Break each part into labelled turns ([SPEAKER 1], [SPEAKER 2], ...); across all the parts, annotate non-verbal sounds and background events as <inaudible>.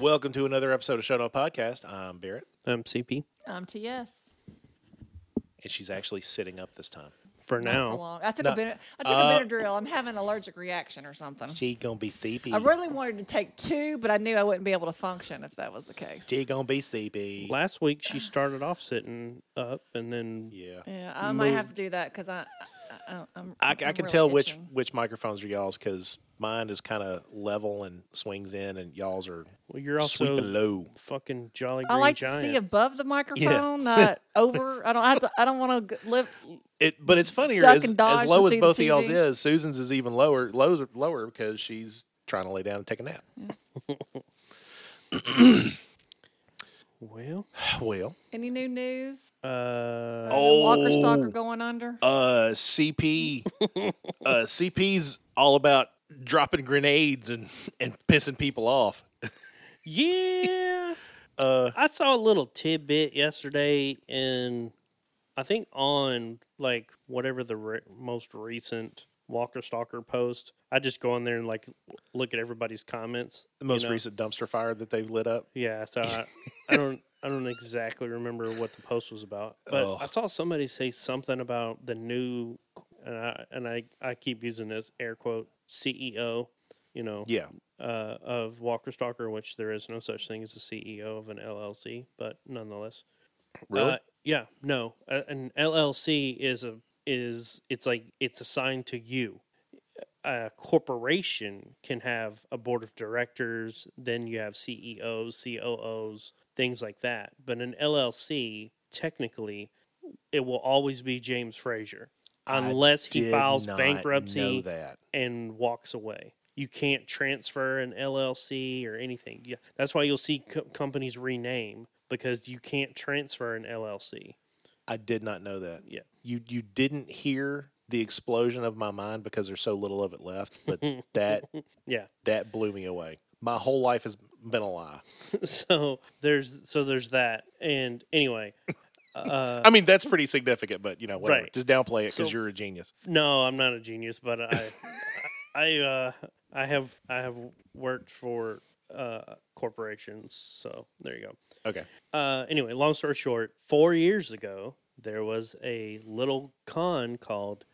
[SPEAKER 1] Welcome to another episode of Shut Off Podcast. I'm Barrett,
[SPEAKER 2] Um, CP
[SPEAKER 3] Um, to yes.
[SPEAKER 1] and she's actually sitting up this time.
[SPEAKER 2] for
[SPEAKER 3] Not for
[SPEAKER 2] now.
[SPEAKER 3] long. I took
[SPEAKER 1] No.
[SPEAKER 3] a ben- I took
[SPEAKER 1] Uh,
[SPEAKER 3] a Benadryl. I'm having an allergic reaction or something.
[SPEAKER 1] She gonna be sleepy.
[SPEAKER 3] I really wanted to take two, but I knew I wouldn't be able to function if that was the case.
[SPEAKER 1] she gonna be sleepy.
[SPEAKER 2] Last week
[SPEAKER 3] <sighs>
[SPEAKER 2] she started off sitting up, and then
[SPEAKER 1] Yeah,
[SPEAKER 3] Yeah, I might have
[SPEAKER 2] Move.
[SPEAKER 3] to do that because I, I, I, I'm,
[SPEAKER 1] I, I
[SPEAKER 3] I'm
[SPEAKER 1] can
[SPEAKER 3] really
[SPEAKER 1] tell which
[SPEAKER 3] itching.
[SPEAKER 1] which microphones are y'all's because mine is kind of level and swings in, and y'all's are
[SPEAKER 2] well, you're
[SPEAKER 1] sweeping
[SPEAKER 2] also
[SPEAKER 1] low.
[SPEAKER 2] fucking jolly
[SPEAKER 3] I
[SPEAKER 2] green
[SPEAKER 3] like
[SPEAKER 2] giant.
[SPEAKER 3] to see above the microphone, <laughs> not
[SPEAKER 1] <laughs>
[SPEAKER 3] over. I don't. I, I don't want to live.
[SPEAKER 1] It, but it's funnier
[SPEAKER 3] Duck
[SPEAKER 1] as,
[SPEAKER 3] and dodge
[SPEAKER 1] as
[SPEAKER 3] to
[SPEAKER 1] low as
[SPEAKER 3] see the
[SPEAKER 1] both of y'all's
[SPEAKER 3] TV.
[SPEAKER 1] is. Susan's is even lower, lower, lower because she's trying to lay down and take a
[SPEAKER 3] <laughs>
[SPEAKER 1] nap.
[SPEAKER 2] well,
[SPEAKER 1] Well,
[SPEAKER 3] Any new news?
[SPEAKER 2] uh,
[SPEAKER 1] Oh.
[SPEAKER 3] Walker Stalker going under.
[SPEAKER 1] uh,
[SPEAKER 3] <laughs>
[SPEAKER 1] CP, uh, CP's all about dropping grenades and and pissing people off.
[SPEAKER 2] yeah.
[SPEAKER 1] Uh,
[SPEAKER 2] I saw a little tidbit yesterday, and I think on like whatever the re- most recent Walker Stalker post, I just go in there and like look at everybody's comments.
[SPEAKER 1] the most
[SPEAKER 2] you know?
[SPEAKER 1] recent dumpster fire that they've lit up.
[SPEAKER 2] Yeah, so I, I don't I don't exactly remember what the post was about, but
[SPEAKER 1] Oh.
[SPEAKER 2] I saw somebody say something about the new and I and I, I keep using this air quote CEO, you know,
[SPEAKER 1] Yeah,
[SPEAKER 2] uh, of Walker Stalker, which there is no such thing as a CEO of an LLC, but nonetheless,
[SPEAKER 1] really.
[SPEAKER 2] uh, yeah, no, uh, an LLC is a is it's like it's assigned to you. A corporation can have a board of directors, then you have E CEOs, COOs, things like that. But an LLC, technically, it will always be James Frazier
[SPEAKER 1] I
[SPEAKER 2] unless he
[SPEAKER 1] Did
[SPEAKER 2] files
[SPEAKER 1] not Know
[SPEAKER 2] bankruptcy
[SPEAKER 1] that.
[SPEAKER 2] and walks away. You can't transfer an LLC or anything. Yeah, that's why you'll see co- companies rename because you can't transfer an LLC.
[SPEAKER 1] I did not know that.
[SPEAKER 2] Yeah.
[SPEAKER 1] You you didn't hear the explosion of my mind because there's so little of it left,
[SPEAKER 2] <laughs>
[SPEAKER 1] but that
[SPEAKER 2] Yeah. <laughs>
[SPEAKER 1] that blew me away. My whole life has been a lie.
[SPEAKER 2] so there's so there's that. And anyway, uh,
[SPEAKER 1] I mean, that's pretty significant, but you know, whatever.
[SPEAKER 2] Right.
[SPEAKER 1] Just downplay it because
[SPEAKER 2] So-
[SPEAKER 1] you're a genius.
[SPEAKER 2] no, I'm not a genius, but I I uh, I have I have worked for uh, corporations. So there you go.
[SPEAKER 1] Okay.
[SPEAKER 2] uh, anyway, long story short, four years ago, there was a little con called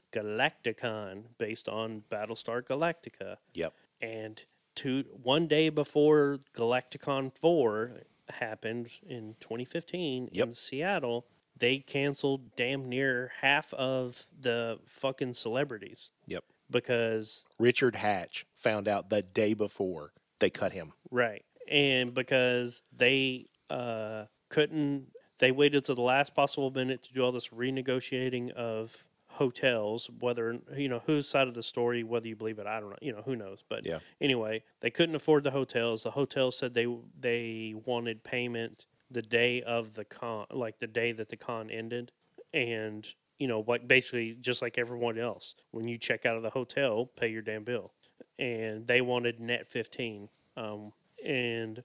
[SPEAKER 2] Galacticon based on Battlestar Galactica.
[SPEAKER 1] Yep.
[SPEAKER 2] And two, one day before Galacticon 4 happened in 2015
[SPEAKER 1] Yep.
[SPEAKER 2] in Seattle, they canceled damn near half of the fucking celebrities
[SPEAKER 1] Yep.
[SPEAKER 2] because
[SPEAKER 1] Richard Hatch found out the day before they cut him.
[SPEAKER 2] Right. And because they uh, couldn't, they waited to the last possible minute to do all this renegotiating of hotels, whether, you know, whose side of the story, whether you believe it, I don't know, you know, who knows. But
[SPEAKER 1] Yeah.
[SPEAKER 2] anyway, they couldn't afford the hotels. The hotels said they they wanted payment the day of the con, like the day that the con ended, and you know, like basically just like everyone else, when you check out of the hotel, pay your damn bill, and they wanted net fifteen, um, and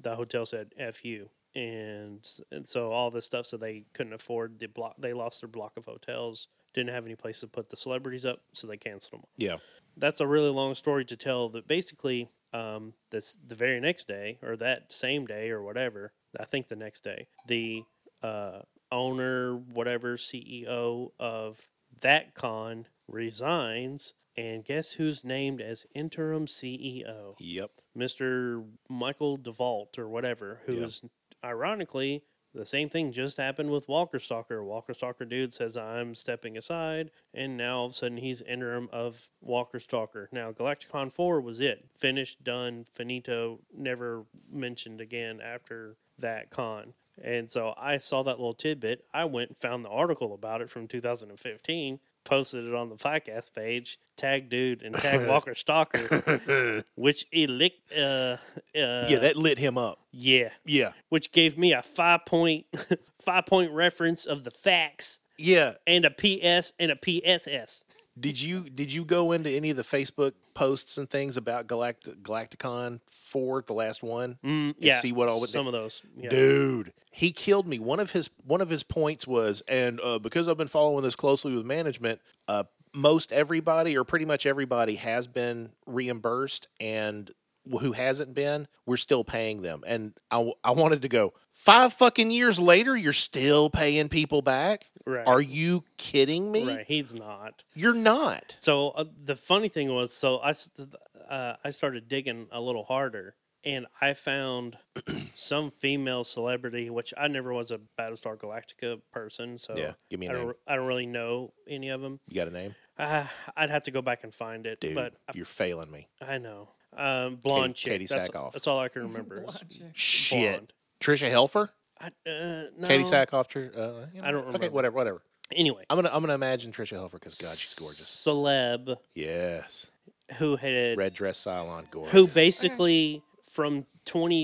[SPEAKER 2] the hotel said f you. And, and so all this stuff, so they couldn't afford the block. They lost their block of hotels. Didn't have any place to put the celebrities up, so they canceled them
[SPEAKER 1] Yeah.
[SPEAKER 2] that's a really long story to tell. That basically, um, this the very next day or that same day or whatever, I think the next day, the uh, owner, whatever CEO of that con resigns, and guess who's named as interim CEO?
[SPEAKER 1] Yep.
[SPEAKER 2] Mr. Michael DeVault or whatever, who is
[SPEAKER 1] Yeah.
[SPEAKER 2] ironically the same thing just happened with Walker Stalker. Walker Stalker dude says I'm stepping aside, and now all of a sudden he's interim of Walker Stalker. Now Galacticon Four was it finished, done, finito, never mentioned again after that con. And so I saw that little tidbit. I went and found the article about it from 2015, posted it on the podcast page, tagged dude and tagged Walker Stalker which elic uh, uh
[SPEAKER 1] yeah, that lit him up.
[SPEAKER 2] yeah,
[SPEAKER 1] Yeah.
[SPEAKER 2] which gave me a five point <laughs> five point reference of the facts
[SPEAKER 1] Yeah.
[SPEAKER 2] and a PS and a PSS.
[SPEAKER 1] Did you did you go into any of the Facebook posts and things about Galact- Galacticon Four, the last one?
[SPEAKER 2] Mm, yeah,
[SPEAKER 1] see what all the-
[SPEAKER 2] some of those. Yeah.
[SPEAKER 1] Dude, he killed me. One of his one of his points was, and uh, because I've been following this closely with management, uh, most everybody or pretty much everybody has been reimbursed, and who hasn't been, we're still paying them. And I, w- I wanted to go five fucking years later, you're still paying people back.
[SPEAKER 2] Right.
[SPEAKER 1] Are you kidding me?
[SPEAKER 2] Right. He's not.
[SPEAKER 1] You're not.
[SPEAKER 2] So uh, the funny thing was, so I s- uh, I started digging a little harder, and
[SPEAKER 1] <clears throat>
[SPEAKER 2] I found some female celebrity, which I never was a Battlestar Galactica person, so
[SPEAKER 1] yeah. Give me
[SPEAKER 2] I
[SPEAKER 1] a name.
[SPEAKER 2] don't I don't really know any of them.
[SPEAKER 1] You got a name,
[SPEAKER 2] Uh, I'd have to go back and find it,
[SPEAKER 1] dude?
[SPEAKER 2] but
[SPEAKER 1] you're failing me.
[SPEAKER 2] I, I know um,
[SPEAKER 1] Katie-
[SPEAKER 2] blonde chick.
[SPEAKER 1] Katie
[SPEAKER 2] that's,
[SPEAKER 1] Sackhoff.
[SPEAKER 2] that's all I can remember. is
[SPEAKER 1] Shit.
[SPEAKER 2] blonde.
[SPEAKER 1] Trisha Helfer,
[SPEAKER 2] I, uh, no.
[SPEAKER 1] Katie Sackhoff. Tr- uh, you know,
[SPEAKER 2] I don't
[SPEAKER 1] Okay,
[SPEAKER 2] remember.
[SPEAKER 1] whatever, whatever.
[SPEAKER 2] Anyway,
[SPEAKER 1] I'm gonna I'm gonna imagine Trisha Helfer because God, she's gorgeous.
[SPEAKER 2] Celeb
[SPEAKER 1] Yes,
[SPEAKER 2] who had
[SPEAKER 1] red dress Cylon, gorgeous.
[SPEAKER 2] who basically from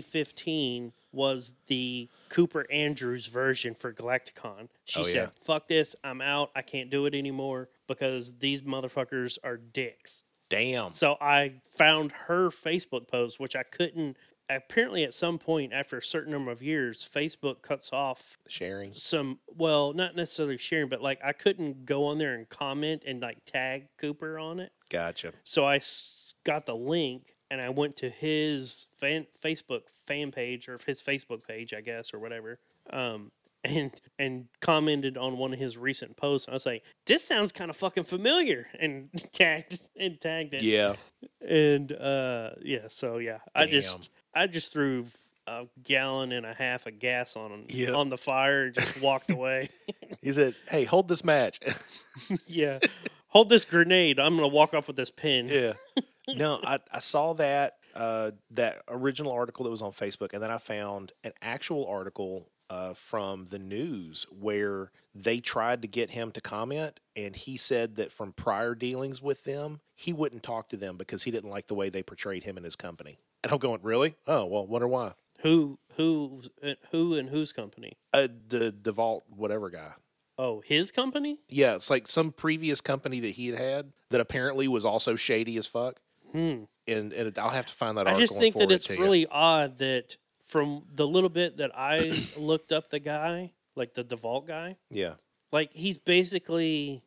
[SPEAKER 2] 2015 was the Cooper Andrews version for Galacticon. She
[SPEAKER 1] Oh,
[SPEAKER 2] said,
[SPEAKER 1] yeah.
[SPEAKER 2] "Fuck this, I'm out. I can't do it anymore because these motherfuckers are dicks."
[SPEAKER 1] damn.
[SPEAKER 2] So I found her Facebook post, which I couldn't. Apparently, at some point after a certain number of years, Facebook cuts off
[SPEAKER 1] Sharing.
[SPEAKER 2] some well not necessarily sharing but like i couldn't go on there and comment and like tag cooper on it <laughs>
[SPEAKER 1] Gotcha.
[SPEAKER 2] so i s- got the link and i went to his fan, facebook fan page or his facebook page i guess or whatever um <laughs> and and commented on one of his recent posts i was like this sounds kind of fucking familiar <laughs> and tagged and tagged it
[SPEAKER 1] Yeah.
[SPEAKER 2] and uh yeah so yeah i
[SPEAKER 1] Damn.
[SPEAKER 2] just i just threw a gallon and a half of gas on
[SPEAKER 1] Yep.
[SPEAKER 2] on the fire and
[SPEAKER 1] <laughs>
[SPEAKER 2] just walked away
[SPEAKER 1] He said, "Hey, hold this match." <laughs>
[SPEAKER 2] yeah hold this grenade i'm gonna walk off with this pin <laughs>
[SPEAKER 1] yeah. No, I, I saw that uh, that original article that was on Facebook, and then I found an actual article uh, from the news where they tried to get him to comment, and he said that from prior dealings with them, he wouldn't talk to them because he didn't like the way they portrayed him and his company. And I'm going, really? Oh well, wonder why.
[SPEAKER 2] who who who and whose company
[SPEAKER 1] Uh, the the vault whatever guy.
[SPEAKER 2] oh his company
[SPEAKER 1] Yeah, it's like some previous company that he had had that apparently was also shady as fuck.
[SPEAKER 2] hmm
[SPEAKER 1] and and I'll have to find that.
[SPEAKER 2] i
[SPEAKER 1] Article
[SPEAKER 2] just think
[SPEAKER 1] and
[SPEAKER 2] that
[SPEAKER 1] forward it
[SPEAKER 2] it's
[SPEAKER 1] to you.
[SPEAKER 2] really odd that from the little bit that i <coughs> looked up the guy like the devault guy
[SPEAKER 1] yeah.
[SPEAKER 2] like he's basically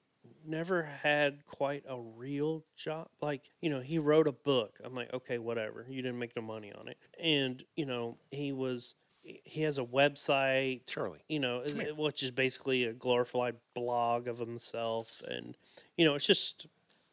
[SPEAKER 2] never had quite a real job like you know he wrote a book i'm like okay whatever you didn't make no money on it and you know he was he has a website
[SPEAKER 1] Charlie,
[SPEAKER 2] you know
[SPEAKER 1] Come here.
[SPEAKER 2] which is basically a glorified blog of himself and you know it's just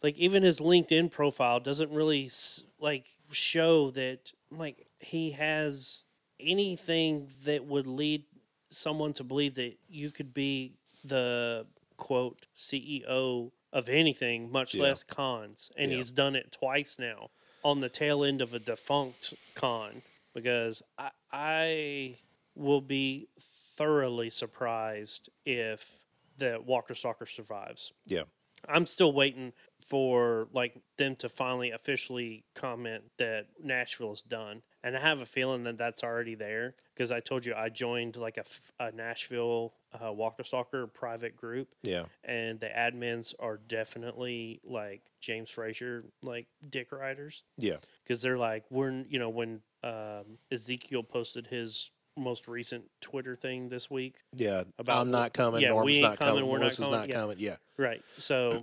[SPEAKER 2] like even his linkedin profile doesn't really s- like show that like he has anything that would lead someone to believe that you could be the quote ceo of anything much
[SPEAKER 1] Yeah.
[SPEAKER 2] less cons and
[SPEAKER 1] Yeah.
[SPEAKER 2] he's done it twice now on the tail end of a defunct con because i, I will be thoroughly surprised if the walker stalker survives
[SPEAKER 1] Yeah.
[SPEAKER 2] i'm still waiting for like them to finally officially comment that nashville is done and i have a feeling that that's already there because i told you i joined like a, f- a nashville uh, walker stalker private group
[SPEAKER 1] yeah,
[SPEAKER 2] and the admins are definitely like James Frazier, like dick riders,
[SPEAKER 1] yeah,
[SPEAKER 2] because they're like, we're n- you know when um, Ezekiel posted his most recent Twitter thing this week,
[SPEAKER 1] yeah.
[SPEAKER 2] About
[SPEAKER 1] I'm
[SPEAKER 2] wh-
[SPEAKER 1] not coming.
[SPEAKER 2] yeah,
[SPEAKER 1] Norm's
[SPEAKER 2] we ain't
[SPEAKER 1] not coming.
[SPEAKER 2] coming, we're not
[SPEAKER 1] Melissa's
[SPEAKER 2] coming,
[SPEAKER 1] not
[SPEAKER 2] yeah.
[SPEAKER 1] coming. Yeah,
[SPEAKER 2] right? So.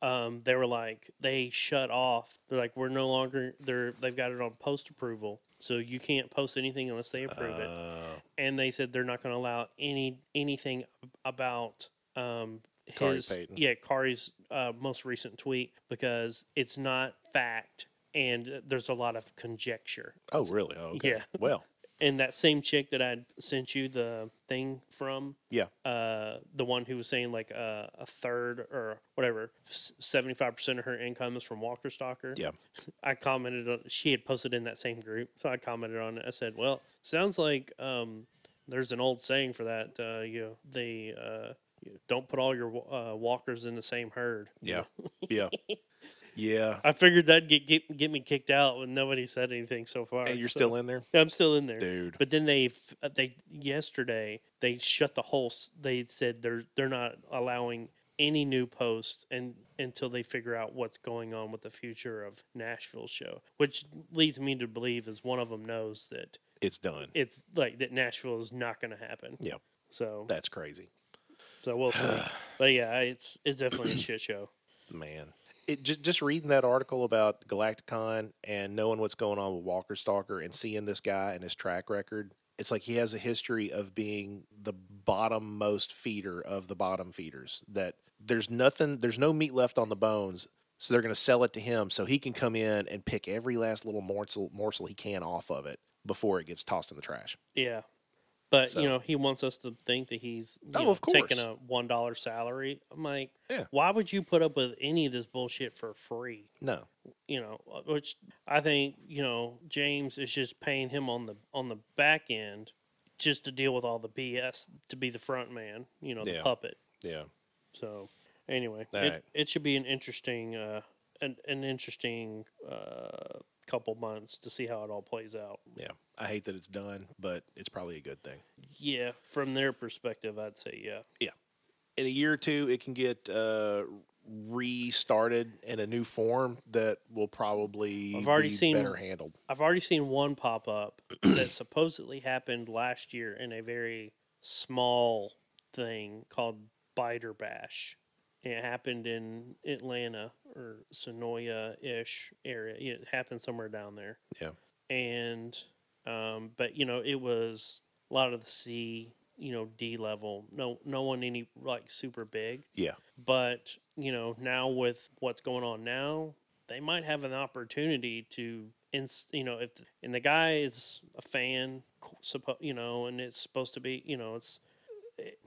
[SPEAKER 2] Um, they were like they shut off. They're like we're no longer they're they've got it on post approval, so you can't post anything unless they approve it.
[SPEAKER 1] Uh,
[SPEAKER 2] and they said they're not going to allow any anything about um
[SPEAKER 1] Kari
[SPEAKER 2] his
[SPEAKER 1] Payton.
[SPEAKER 2] yeah Kari's uh, most recent tweet because it's not fact and there's a lot of conjecture.
[SPEAKER 1] oh, really? Oh, okay.
[SPEAKER 2] Yeah.
[SPEAKER 1] Well,
[SPEAKER 2] And that same chick that I sent you the thing from,
[SPEAKER 1] Yeah.
[SPEAKER 2] uh, the one who was saying like uh, a third or whatever, seventy five percent of her income is from Walker Stalker.
[SPEAKER 1] Yeah.
[SPEAKER 2] I commented on. She had posted in that same group, so I commented on it. I said, "Well, sounds like um, there's an old saying for that. Uh, you know, they uh, you don't put all your wa- uh, walkers in the same herd."
[SPEAKER 1] yeah, yeah,
[SPEAKER 2] <laughs>
[SPEAKER 1] yeah.
[SPEAKER 2] I figured that'd get, get get me kicked out when nobody said anything so far.
[SPEAKER 1] And you're
[SPEAKER 2] so-
[SPEAKER 1] still in there,
[SPEAKER 2] I'm still in there.
[SPEAKER 1] dude.
[SPEAKER 2] But then they f- uh, they yesterday they shut the whole. s- They said they're they're not allowing any new posts and until they figure out what's going on with the future of Nashville show, which leads me to believe is one of them knows that
[SPEAKER 1] It's done.
[SPEAKER 2] it's like that Nashville is not going to happen.
[SPEAKER 1] Yeah.
[SPEAKER 2] So
[SPEAKER 1] That's crazy, <sighs>
[SPEAKER 2] so we'll see. but yeah, it's it's definitely a shit show.
[SPEAKER 1] man. it just, just reading that article about Galacticon and knowing what's going on with Walker Stalker and seeing this guy and his track record, it's like he has a history of being the bottom most feeder of the bottom feeders. That there's nothing, there's no meat left on the bones, so they're going to sell it to him so he can come in and pick every last little morsel morsel he can off of it before it gets tossed in the trash.
[SPEAKER 2] Yeah. But
[SPEAKER 1] So-
[SPEAKER 2] you know, he wants us to think that he's you
[SPEAKER 1] Oh,
[SPEAKER 2] know,
[SPEAKER 1] of course.
[SPEAKER 2] taking a one dollar salary. I'm like,
[SPEAKER 1] Yeah.
[SPEAKER 2] why would you put up with any of this bullshit for free?
[SPEAKER 1] No,
[SPEAKER 2] You know, uh, which I think you know James is just paying him on the on the back end just to deal with all the BS to be the front man. You know, the
[SPEAKER 1] Yeah.
[SPEAKER 2] puppet.
[SPEAKER 1] yeah,
[SPEAKER 2] So anyway,
[SPEAKER 1] All
[SPEAKER 2] it,
[SPEAKER 1] right.
[SPEAKER 2] it should be an interesting uh, an, an interesting uh, couple months to see how it all plays out.
[SPEAKER 1] yeah. I hate that it's done, but it's probably a good thing.
[SPEAKER 2] Yeah, from their perspective, I'd say yeah.
[SPEAKER 1] in a year or two, it can get uh, restarted in a new form that will probably
[SPEAKER 2] I've already
[SPEAKER 1] be
[SPEAKER 2] seen-
[SPEAKER 1] better handled.
[SPEAKER 2] I've already seen one pop up <clears throat> that supposedly happened last year in a very small thing called Biter Bash. It happened in Atlanta or Sonoya ish area. It happened somewhere down there.
[SPEAKER 1] Yeah.
[SPEAKER 2] And, um, but you know, it was a lot of the C, you know, D level. No, no one any like super big
[SPEAKER 1] Yeah,
[SPEAKER 2] but you know now with what's going on now they might have an opportunity to ins- you know if and the guy is a fan suppo- you know and it's supposed to be you know it's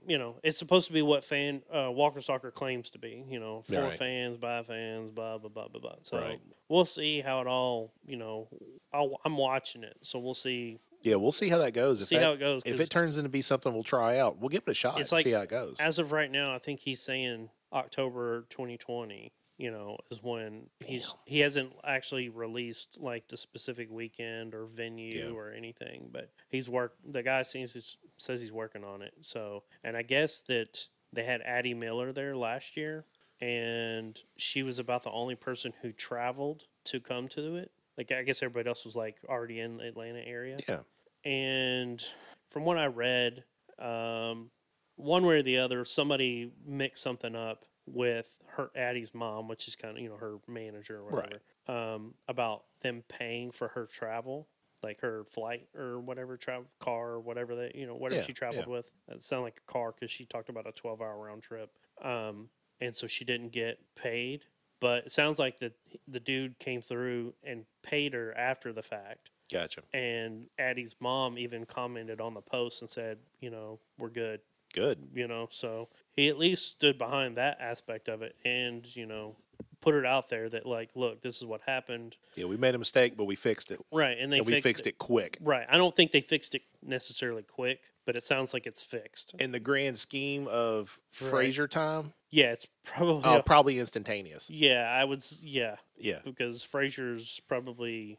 [SPEAKER 2] you know it's supposed to be what fan uh, walker soccer claims to be you know for
[SPEAKER 1] Right.
[SPEAKER 2] fans by fans blah blah blah blah blah so
[SPEAKER 1] Right.
[SPEAKER 2] we'll see how it all you know I'll, i'm watching it so we'll see
[SPEAKER 1] yeah. We'll see how that goes. If
[SPEAKER 2] see
[SPEAKER 1] that-
[SPEAKER 2] how it goes
[SPEAKER 1] if
[SPEAKER 2] 'cause
[SPEAKER 1] it turns into be something we'll try out, we'll give it a shot.
[SPEAKER 2] It's
[SPEAKER 1] and
[SPEAKER 2] like-
[SPEAKER 1] see how it goes.
[SPEAKER 2] as of right now, I think he's saying October 2020. You know, is when he's he hasn't actually released like the specific weekend or venue
[SPEAKER 1] Yeah.
[SPEAKER 2] or anything, but he's work. The guy seems he's, says he's working on it. So, and I guess that they had Addie Miller there last year, and she was about the only person who traveled to come to it. Like I guess everybody else was like already in the Atlanta area
[SPEAKER 1] yeah,
[SPEAKER 2] and from what I read, um, one way or the other, somebody mixed something up with her Addie's mom, which is kind of you know her manager or
[SPEAKER 1] Right.
[SPEAKER 2] whatever, um, about them paying for her travel, like her flight or whatever travel car or whatever that you know whatever
[SPEAKER 1] Yeah,
[SPEAKER 2] she traveled with. It sounded like a car because she talked about a twelve hour round trip, um, and so she didn't get paid. But it sounds like the the dude came through and paid her after the fact,
[SPEAKER 1] gotcha.
[SPEAKER 2] and Addie's mom even commented on the post and said, you know, we're good,
[SPEAKER 1] Good.
[SPEAKER 2] you know. So he at least stood behind that aspect of it and, you know, put it out there that like, look, this is what happened.
[SPEAKER 1] Yeah, we made a mistake, but we fixed it.
[SPEAKER 2] Right. And they
[SPEAKER 1] and we
[SPEAKER 2] fixed,
[SPEAKER 1] fixed, it. quick.
[SPEAKER 2] Right. I don't think they fixed it necessarily quick, but it sounds like it's fixed.
[SPEAKER 1] In the grand scheme of
[SPEAKER 2] Right.
[SPEAKER 1] Fraser time,
[SPEAKER 2] Yeah, it's probably
[SPEAKER 1] oh, probably instantaneous.
[SPEAKER 2] Yeah, I would s- yeah,
[SPEAKER 1] Yeah,
[SPEAKER 2] because Frazier's probably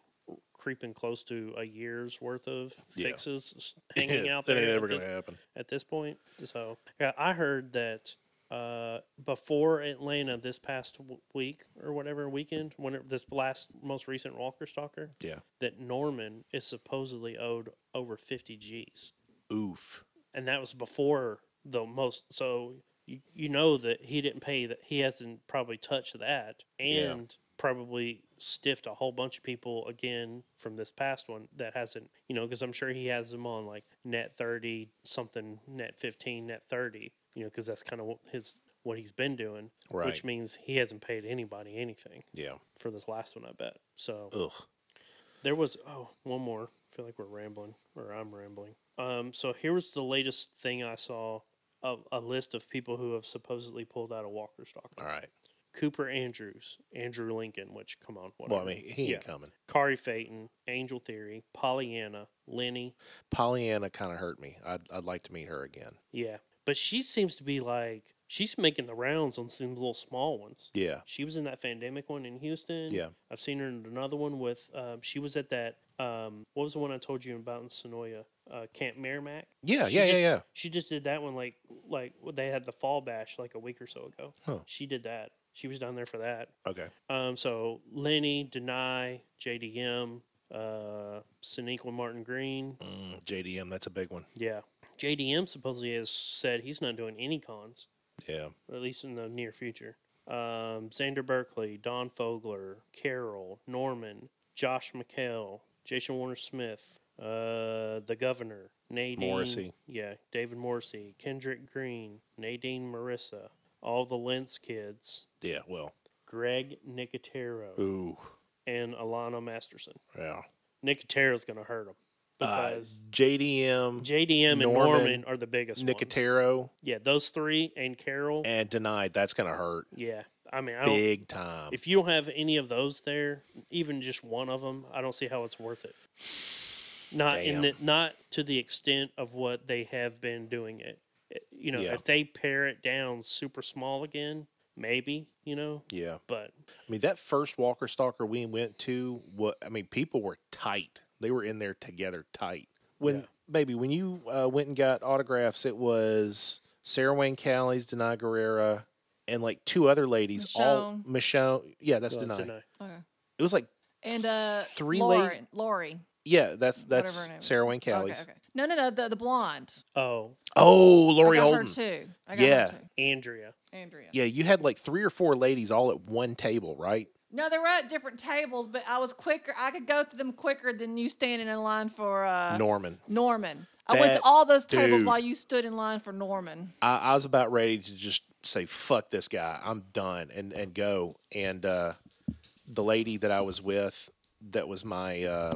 [SPEAKER 2] creeping close to a year's worth of
[SPEAKER 1] Yeah.
[SPEAKER 2] fixes
[SPEAKER 1] <laughs>
[SPEAKER 2] s- hanging out
[SPEAKER 1] that
[SPEAKER 2] there.
[SPEAKER 1] ain't
[SPEAKER 2] at
[SPEAKER 1] ever
[SPEAKER 2] this
[SPEAKER 1] gonna happen.
[SPEAKER 2] at this point. So yeah, I heard that uh, before Atlanta this past w- week or whatever weekend, when it, this last most recent Walker Stalker,
[SPEAKER 1] Yeah.
[SPEAKER 2] that Norman is supposedly owed over fifty G's,
[SPEAKER 1] Oof.
[SPEAKER 2] and that was before the most. So you, you know that he didn't pay that he hasn't probably touched that,
[SPEAKER 1] Yeah.
[SPEAKER 2] and probably stiffed a whole bunch of people again from this past one that hasn't, you know, because I'm sure he has them on like net 30 something, net 15, net 30, you know, because that's kind of his what he's been doing,
[SPEAKER 1] Right.
[SPEAKER 2] which means he hasn't paid anybody anything
[SPEAKER 1] yeah.
[SPEAKER 2] for this last one, I bet. So
[SPEAKER 1] Ugh.
[SPEAKER 2] there was oh one more. I feel like we're rambling or I'm rambling. Um, so here was the latest thing I saw. A, a list of people who have supposedly pulled out of Walker Stock.
[SPEAKER 1] All right.
[SPEAKER 2] Cooper Andrews, Andrew Lincoln, which come on,
[SPEAKER 1] Well, I
[SPEAKER 2] whatever.
[SPEAKER 1] mean, he ain't
[SPEAKER 2] Yeah.
[SPEAKER 1] coming.
[SPEAKER 2] Kari Phaeton, Angel Theory, Pollyanna, Lenny.
[SPEAKER 1] Pollyanna kind of hurt me. I'd, I'd like to meet her again.
[SPEAKER 2] Yeah. But she seems to be like, she's making the rounds on some little small ones.
[SPEAKER 1] Yeah.
[SPEAKER 2] She was in that Fandemic one in Houston.
[SPEAKER 1] Yeah.
[SPEAKER 2] I've seen her in another one with, um, she was at that, um, what was the one I told you about in Sonoya? Uh, Camp Merrimack.
[SPEAKER 1] Yeah.
[SPEAKER 2] She
[SPEAKER 1] Yeah.
[SPEAKER 2] just-
[SPEAKER 1] yeah. Yeah.
[SPEAKER 2] She just did that one like, like they had the fall bash like a week or so ago.
[SPEAKER 1] Huh.
[SPEAKER 2] She did that. She was down there for that.
[SPEAKER 1] Okay.
[SPEAKER 2] Um, so Lenny, Deny, JDM, uh, Sonequa Martin Green.
[SPEAKER 1] Mm, JDM, that's a big one.
[SPEAKER 2] Yeah. JDM supposedly has said he's not doing any cons,
[SPEAKER 1] Yeah.
[SPEAKER 2] at least in the near future. um, Xander Berkeley, Don Fogler, Carroll, Norman, Josh McHale, Jason Warner Smith, uh, the Governor, Nadine
[SPEAKER 1] Morrissey.
[SPEAKER 2] yeah, David Morrissey, Kendrick Green, Nadine Marissa, all the Lentz kids,
[SPEAKER 1] Yeah, well, uh,
[SPEAKER 2] Greg Nicotero,
[SPEAKER 1] ooh,
[SPEAKER 2] and Alana Masterson.
[SPEAKER 1] yeah.
[SPEAKER 2] Nicotero's going to hurt them
[SPEAKER 1] Uh,
[SPEAKER 2] because
[SPEAKER 1] JDM,
[SPEAKER 2] JDM and
[SPEAKER 1] Norman,
[SPEAKER 2] Norman, are the biggest ones.
[SPEAKER 1] Nicotero,
[SPEAKER 2] Yeah, those three and Carroll.
[SPEAKER 1] and Denied. That's going to hurt
[SPEAKER 2] yeah, I mean, I don't.
[SPEAKER 1] big time.
[SPEAKER 2] If you don't have any of those there, even just one of them, I don't see how it's worth it. Not in
[SPEAKER 1] Damn.
[SPEAKER 2] the, not to the extent of what they have been doing it. It- You know,
[SPEAKER 1] Yeah.
[SPEAKER 2] if they pare it down super small again, maybe you know.
[SPEAKER 1] yeah.
[SPEAKER 2] But
[SPEAKER 1] I mean, that first Walker Stalker we went to, what I mean, people were tight. They were in there together, tight. When
[SPEAKER 2] Yeah.
[SPEAKER 1] baby, when you uh, went and got autographs, it was Sarah Wayne Callies, Denai Guerrera, and like two other ladies. All
[SPEAKER 3] Michonne.
[SPEAKER 1] Michonne, yeah, that's
[SPEAKER 2] well,
[SPEAKER 1] Denai.
[SPEAKER 2] deny.
[SPEAKER 3] Okay.
[SPEAKER 1] It was like,
[SPEAKER 3] And uh,
[SPEAKER 1] Three
[SPEAKER 3] Lauren, Lori.
[SPEAKER 1] yeah, that's
[SPEAKER 3] whatever
[SPEAKER 1] that's
[SPEAKER 3] her name is.
[SPEAKER 1] Sarah Wayne Callies.
[SPEAKER 3] Okay, okay. No, no, no. The, the blonde.
[SPEAKER 2] Oh,
[SPEAKER 1] Oh, Lori
[SPEAKER 3] I got
[SPEAKER 1] Holden.
[SPEAKER 3] her too. I got
[SPEAKER 1] Yeah.
[SPEAKER 3] her too.
[SPEAKER 2] Andrea.
[SPEAKER 3] Andrea.
[SPEAKER 1] Yeah, you had like three or four ladies all at one table, right?
[SPEAKER 3] No, they were at different tables, but I was quicker. I could go through them quicker than you standing in line for uh,
[SPEAKER 1] Norman.
[SPEAKER 3] Norman. I went to
[SPEAKER 1] That
[SPEAKER 3] all those tables
[SPEAKER 1] dude.
[SPEAKER 3] while you stood in line for Norman.
[SPEAKER 1] I, I was about ready to just say fuck this guy i'm done and and go and uh the lady that i was with that was my uh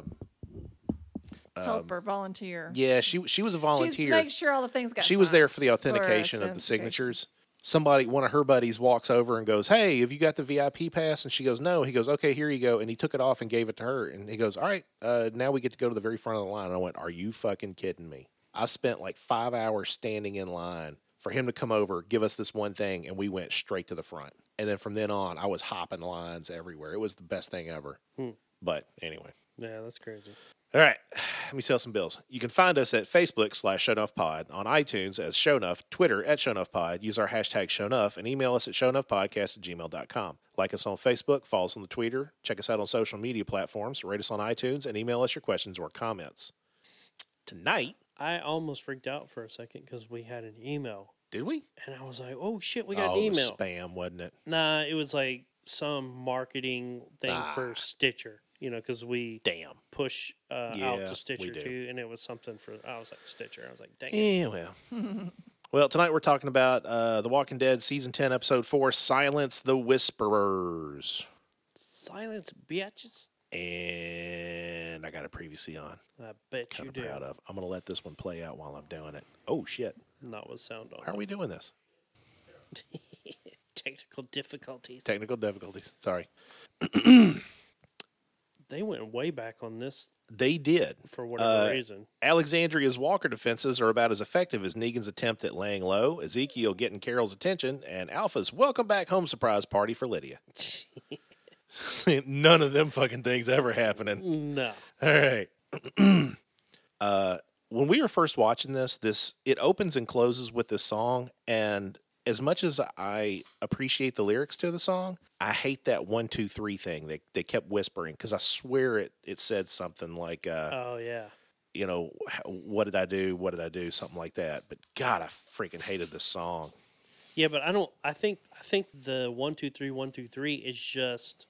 [SPEAKER 3] Helper, volunteer.
[SPEAKER 1] Um, yeah she she was a
[SPEAKER 3] She's
[SPEAKER 1] volunteer
[SPEAKER 3] make sure all the things got.
[SPEAKER 1] she was there for the
[SPEAKER 3] signed, for
[SPEAKER 1] authentication of the
[SPEAKER 3] authentication.
[SPEAKER 1] signatures somebody one of her buddies walks over and goes hey have you got the vip pass and she goes no he goes okay here you go and he took it off and gave it to her and he goes all right uh now we get to go to the very front of the line and i went are you fucking kidding me i've spent like five hours standing in line for him to come over give us this one thing and we went straight to the front and then from then on i was hopping lines everywhere it was the best thing ever
[SPEAKER 2] Hmm.
[SPEAKER 1] but anyway
[SPEAKER 2] Yeah, that's crazy.
[SPEAKER 1] all right, let me sell some bills. You can find us at Facebook slash Show Nuff Pod, on iTunes as Show Nuff, Twitter at Show Nuff Pod, use our hashtag Show Nuff, and email us at shownuffpodcast at gmail.com. Like us on Facebook, follow us on the Twitter, check us out on social media platforms, rate us on iTunes, and email us your questions or comments. Tonight,
[SPEAKER 2] I almost freaked out for a second because we had an email,
[SPEAKER 1] did we?
[SPEAKER 2] and I was like, "Oh shit, we got
[SPEAKER 1] oh,
[SPEAKER 2] an
[SPEAKER 1] it was
[SPEAKER 2] email."
[SPEAKER 1] spam, wasn't it?
[SPEAKER 2] Nah, it was like some marketing thing
[SPEAKER 1] Ah.
[SPEAKER 2] for Stitcher, you know, because we
[SPEAKER 1] Damn.
[SPEAKER 2] push uh, out
[SPEAKER 1] Yeah, we
[SPEAKER 2] to Stitcher
[SPEAKER 1] do.
[SPEAKER 2] too, and it was something for I was like Stitcher. I was like, dang, it.
[SPEAKER 1] Yeah, well. <laughs> well, tonight we're talking about uh, The Walking Dead Season 10, Episode 4, Silence the Whisperers.
[SPEAKER 2] silence, bitches.
[SPEAKER 1] And I got a previously on.
[SPEAKER 2] I bet
[SPEAKER 1] kind
[SPEAKER 2] you
[SPEAKER 1] of
[SPEAKER 2] do.
[SPEAKER 1] proud of. I'm going to let this one play out while I'm doing it. Oh shit!
[SPEAKER 2] Not with sound on.
[SPEAKER 1] How are we doing this?
[SPEAKER 2] <laughs> Technical difficulties.
[SPEAKER 1] Technical difficulties. Sorry.
[SPEAKER 2] They went way back on this
[SPEAKER 1] They did.
[SPEAKER 2] for whatever
[SPEAKER 1] Uh,
[SPEAKER 2] reason.
[SPEAKER 1] <laughs> Alexandria's Walker defenses are about as effective as Negan's attempt at laying low, Ezekiel getting Carol's attention, and Alpha's welcome back home surprise party for Lydia. <laughs> None of them fucking things ever happening.
[SPEAKER 2] no.
[SPEAKER 1] All right. <clears throat> uh, when we were first watching this, this it opens and closes with this song, and as much as I appreciate the lyrics to the song, I hate that one two three thing they they kept whispering because I swear it it said something like uh,
[SPEAKER 2] Oh yeah.
[SPEAKER 1] you know wh- what did I do what did I do something like that. But God, I freaking hated this song.
[SPEAKER 2] Yeah, but I don't. I think I think the one two three one two three is just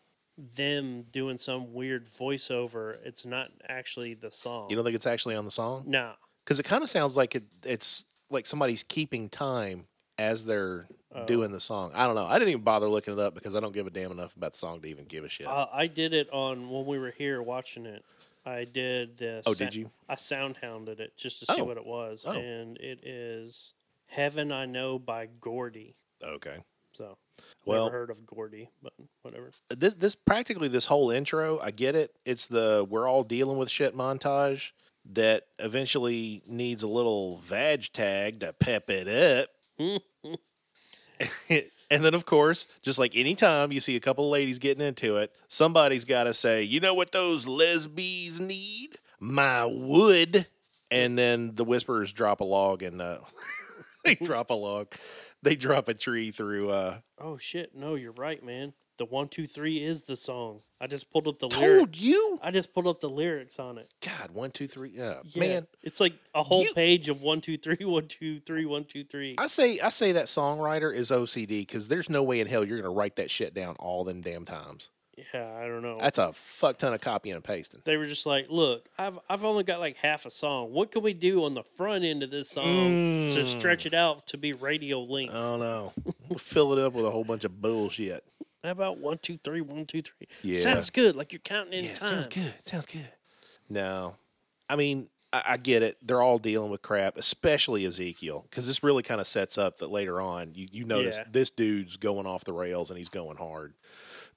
[SPEAKER 2] them doing some weird voiceover. It's not actually the song.
[SPEAKER 1] You don't think it's actually on the song
[SPEAKER 2] Nah.
[SPEAKER 1] because it kind of sounds like it it's like somebody's keeping time as they're
[SPEAKER 2] Oh.
[SPEAKER 1] doing the song. I don't know. I didn't even bother looking it up because I don't give a damn enough about the song to even give a shit.
[SPEAKER 2] Uh, I did it on when we were here watching it. I did this.
[SPEAKER 1] oh, did you?
[SPEAKER 2] I sound hounded it just to see
[SPEAKER 1] Oh.
[SPEAKER 2] what it was,
[SPEAKER 1] Oh.
[SPEAKER 2] and it is "Heaven I Know" by Gordy.
[SPEAKER 1] Okay.
[SPEAKER 2] So,
[SPEAKER 1] Well-
[SPEAKER 2] never heard of Gordy, but whatever.
[SPEAKER 1] This this practically this whole intro, I get it. It's the we're all dealing with shit montage that eventually needs a little vag tag to pep it up. <laughs> and then of course, just like any time you see a couple of ladies getting into it, somebody's got to say, "You know what those lesbies need? My wood." And then the whisperers drop a log and uh, <laughs> they drop a log. They drop a tree through uh
[SPEAKER 2] Oh shit! No, you're right, man. The one two three is the song. I just pulled up the lyric.
[SPEAKER 1] Told you.
[SPEAKER 2] I just pulled up the lyrics on it.
[SPEAKER 1] God, one, two, three. Yeah.
[SPEAKER 2] Yeah,
[SPEAKER 1] Man,
[SPEAKER 2] it's like a whole
[SPEAKER 1] you-
[SPEAKER 2] page of one two three <laughs> one two three one two three.
[SPEAKER 1] I say I say that songwriter is OCD because there's no way in hell you're gonna write that shit down all them damn times.
[SPEAKER 2] Yeah, I don't know.
[SPEAKER 1] That's a fuck ton of copying and pasting.
[SPEAKER 2] they were just like, "Look, I've I've only got like half a song. What can we do on the front end of this song
[SPEAKER 1] Mm.
[SPEAKER 2] to
[SPEAKER 1] Uh.
[SPEAKER 2] stretch it out to be radio length?
[SPEAKER 1] I don't know. We'll <laughs> fill it up with a whole bunch of bullshit.
[SPEAKER 2] How about one two three one two three?
[SPEAKER 1] Yeah.
[SPEAKER 2] sounds good. Like you're counting in time.
[SPEAKER 1] sounds good. Sounds good. No, I mean, I, I get it. They're all dealing with crap, especially Ezekiel, because this really kind of sets up that later on you, you notice
[SPEAKER 2] Yeah.
[SPEAKER 1] this dude's going off the rails and he's going hard. <clears throat>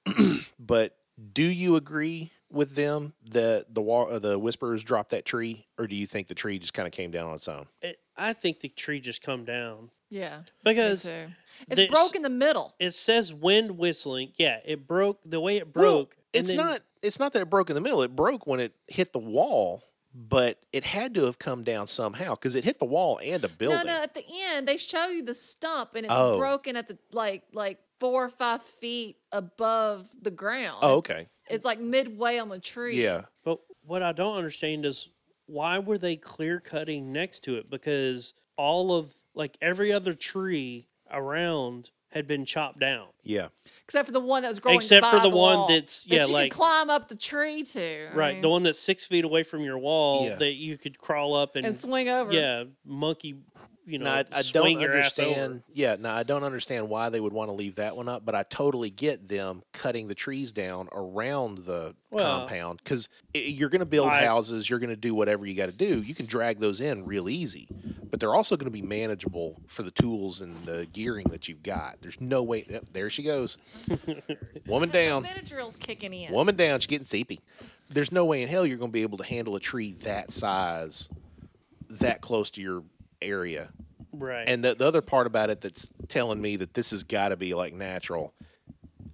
[SPEAKER 1] but do you agree with them that the wa- uh, the whisperers dropped that tree, or do you think the tree just kind of came down on its own?
[SPEAKER 2] It, I think the tree just come down
[SPEAKER 3] Yeah.
[SPEAKER 2] because
[SPEAKER 3] Me too.
[SPEAKER 2] there's-
[SPEAKER 3] It's broke in the middle.
[SPEAKER 2] it says wind whistling. Yeah, it broke the way it
[SPEAKER 1] Well,
[SPEAKER 2] broke. and
[SPEAKER 1] it's
[SPEAKER 2] then-
[SPEAKER 1] not. It's not that it broke in the middle. It broke when it hit the wall, but it had to have come down somehow because it hit the wall and a building.
[SPEAKER 3] No, no. At the end, they show you the stump, and it's
[SPEAKER 1] Oh.
[SPEAKER 3] broken at the like like four or five feet above the ground.
[SPEAKER 1] Oh,
[SPEAKER 3] It's-
[SPEAKER 1] okay.
[SPEAKER 3] It's, like midway on the tree.
[SPEAKER 1] Yeah.
[SPEAKER 2] But what I don't understand is why were they clear cutting next to it? Because all of like every other tree around had been chopped down.
[SPEAKER 1] Yeah.
[SPEAKER 3] Except for the one that was growing.
[SPEAKER 2] Except for
[SPEAKER 3] by
[SPEAKER 2] the one
[SPEAKER 3] wall,
[SPEAKER 2] that's- yeah,
[SPEAKER 3] that you
[SPEAKER 2] like-
[SPEAKER 3] could climb up the tree to. I
[SPEAKER 2] Right,
[SPEAKER 3] mean,
[SPEAKER 2] the one that's six feet away from your wall
[SPEAKER 1] Yeah.
[SPEAKER 2] that you could crawl up and,
[SPEAKER 3] and swing over.
[SPEAKER 2] yeah, monkey, you know,
[SPEAKER 1] No, I, I
[SPEAKER 2] swing
[SPEAKER 1] don't
[SPEAKER 2] your ass over.
[SPEAKER 1] understand. Yeah, no, I don't understand why they would want to leave that one up, but I totally get them cutting the trees down around the
[SPEAKER 2] Well-
[SPEAKER 1] compound because you're going to build
[SPEAKER 2] I-
[SPEAKER 1] houses, you're going to do whatever you got to do. You can drag those in real easy, but they're also going to be manageable for the tools and the gearing that you've got. There's no way. yep, there she
[SPEAKER 2] <laughs>
[SPEAKER 1] goes, woman down.
[SPEAKER 3] Benadryl's kicking in.
[SPEAKER 1] Woman down, she's getting sleepy. There's no way in hell you're going to be able to handle a tree that size, that close to your area.
[SPEAKER 2] Right.
[SPEAKER 1] And the, the other part about it that's telling me that this has got to be like natural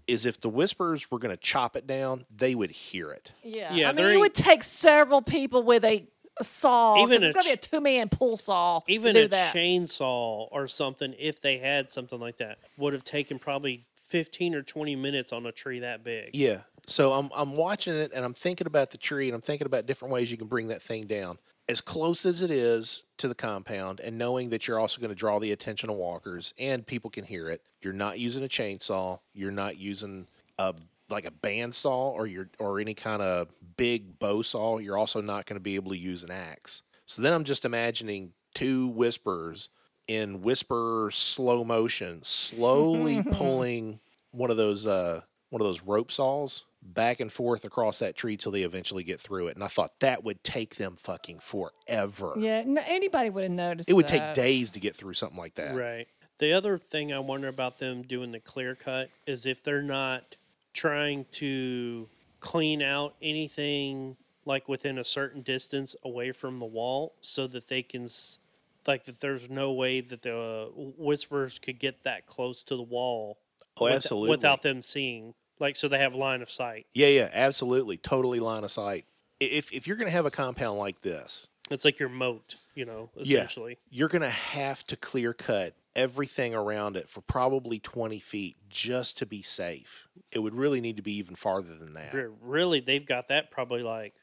[SPEAKER 1] is if the whispers were going to chop it down, they would hear it.
[SPEAKER 3] Yeah.
[SPEAKER 2] Yeah,
[SPEAKER 3] I
[SPEAKER 2] there
[SPEAKER 3] mean, it
[SPEAKER 2] ain't-
[SPEAKER 3] would take several people with a, a saw. 'cause
[SPEAKER 2] Even
[SPEAKER 3] it's
[SPEAKER 2] a
[SPEAKER 3] gonna be a
[SPEAKER 2] ch-
[SPEAKER 3] two man pull saw. to
[SPEAKER 2] even
[SPEAKER 3] do
[SPEAKER 2] a
[SPEAKER 3] that.
[SPEAKER 2] chainsaw or something, if they had something like that, would have taken probably fifteen or twenty minutes on a tree that big.
[SPEAKER 1] Yeah. So I'm I'm watching it and I'm thinking about the tree and I'm thinking about different ways you can bring that thing down. As close as it is to the compound and knowing that you're also going to draw the attention of walkers and people can hear it. You're not using a chainsaw, you're not using a like a bandsaw or your or any kind of big bow saw. You're also not going to be able to use an axe. So then I'm just imagining two whisperers in whisper slow motion, slowly pulling one of those uh one of those rope saws back and forth across that tree till they eventually get through it. And I thought that would take them fucking forever.
[SPEAKER 3] Yeah, no, anybody would have noticed.
[SPEAKER 1] It would
[SPEAKER 3] that.
[SPEAKER 1] take days to get through something like that.
[SPEAKER 2] Right. The other thing I wonder about them doing the clear cut is if they're not trying to clean out anything like within a certain distance away from the wall so that they can s- like that there's no way that the whispers could get that close to the wall
[SPEAKER 1] Oh,
[SPEAKER 2] with-
[SPEAKER 1] absolutely.
[SPEAKER 2] without them seeing like so they have line of sight
[SPEAKER 1] Yeah, yeah, absolutely. Totally line of sight. I- If if you're gonna have a compound like this,
[SPEAKER 2] it's like your moat you know
[SPEAKER 1] Yeah.
[SPEAKER 2] essentially
[SPEAKER 1] you're going to have to clear cut everything around it for probably 20 feet just to be safe. It would really need to be even farther than that.
[SPEAKER 2] Re- really they've got that probably like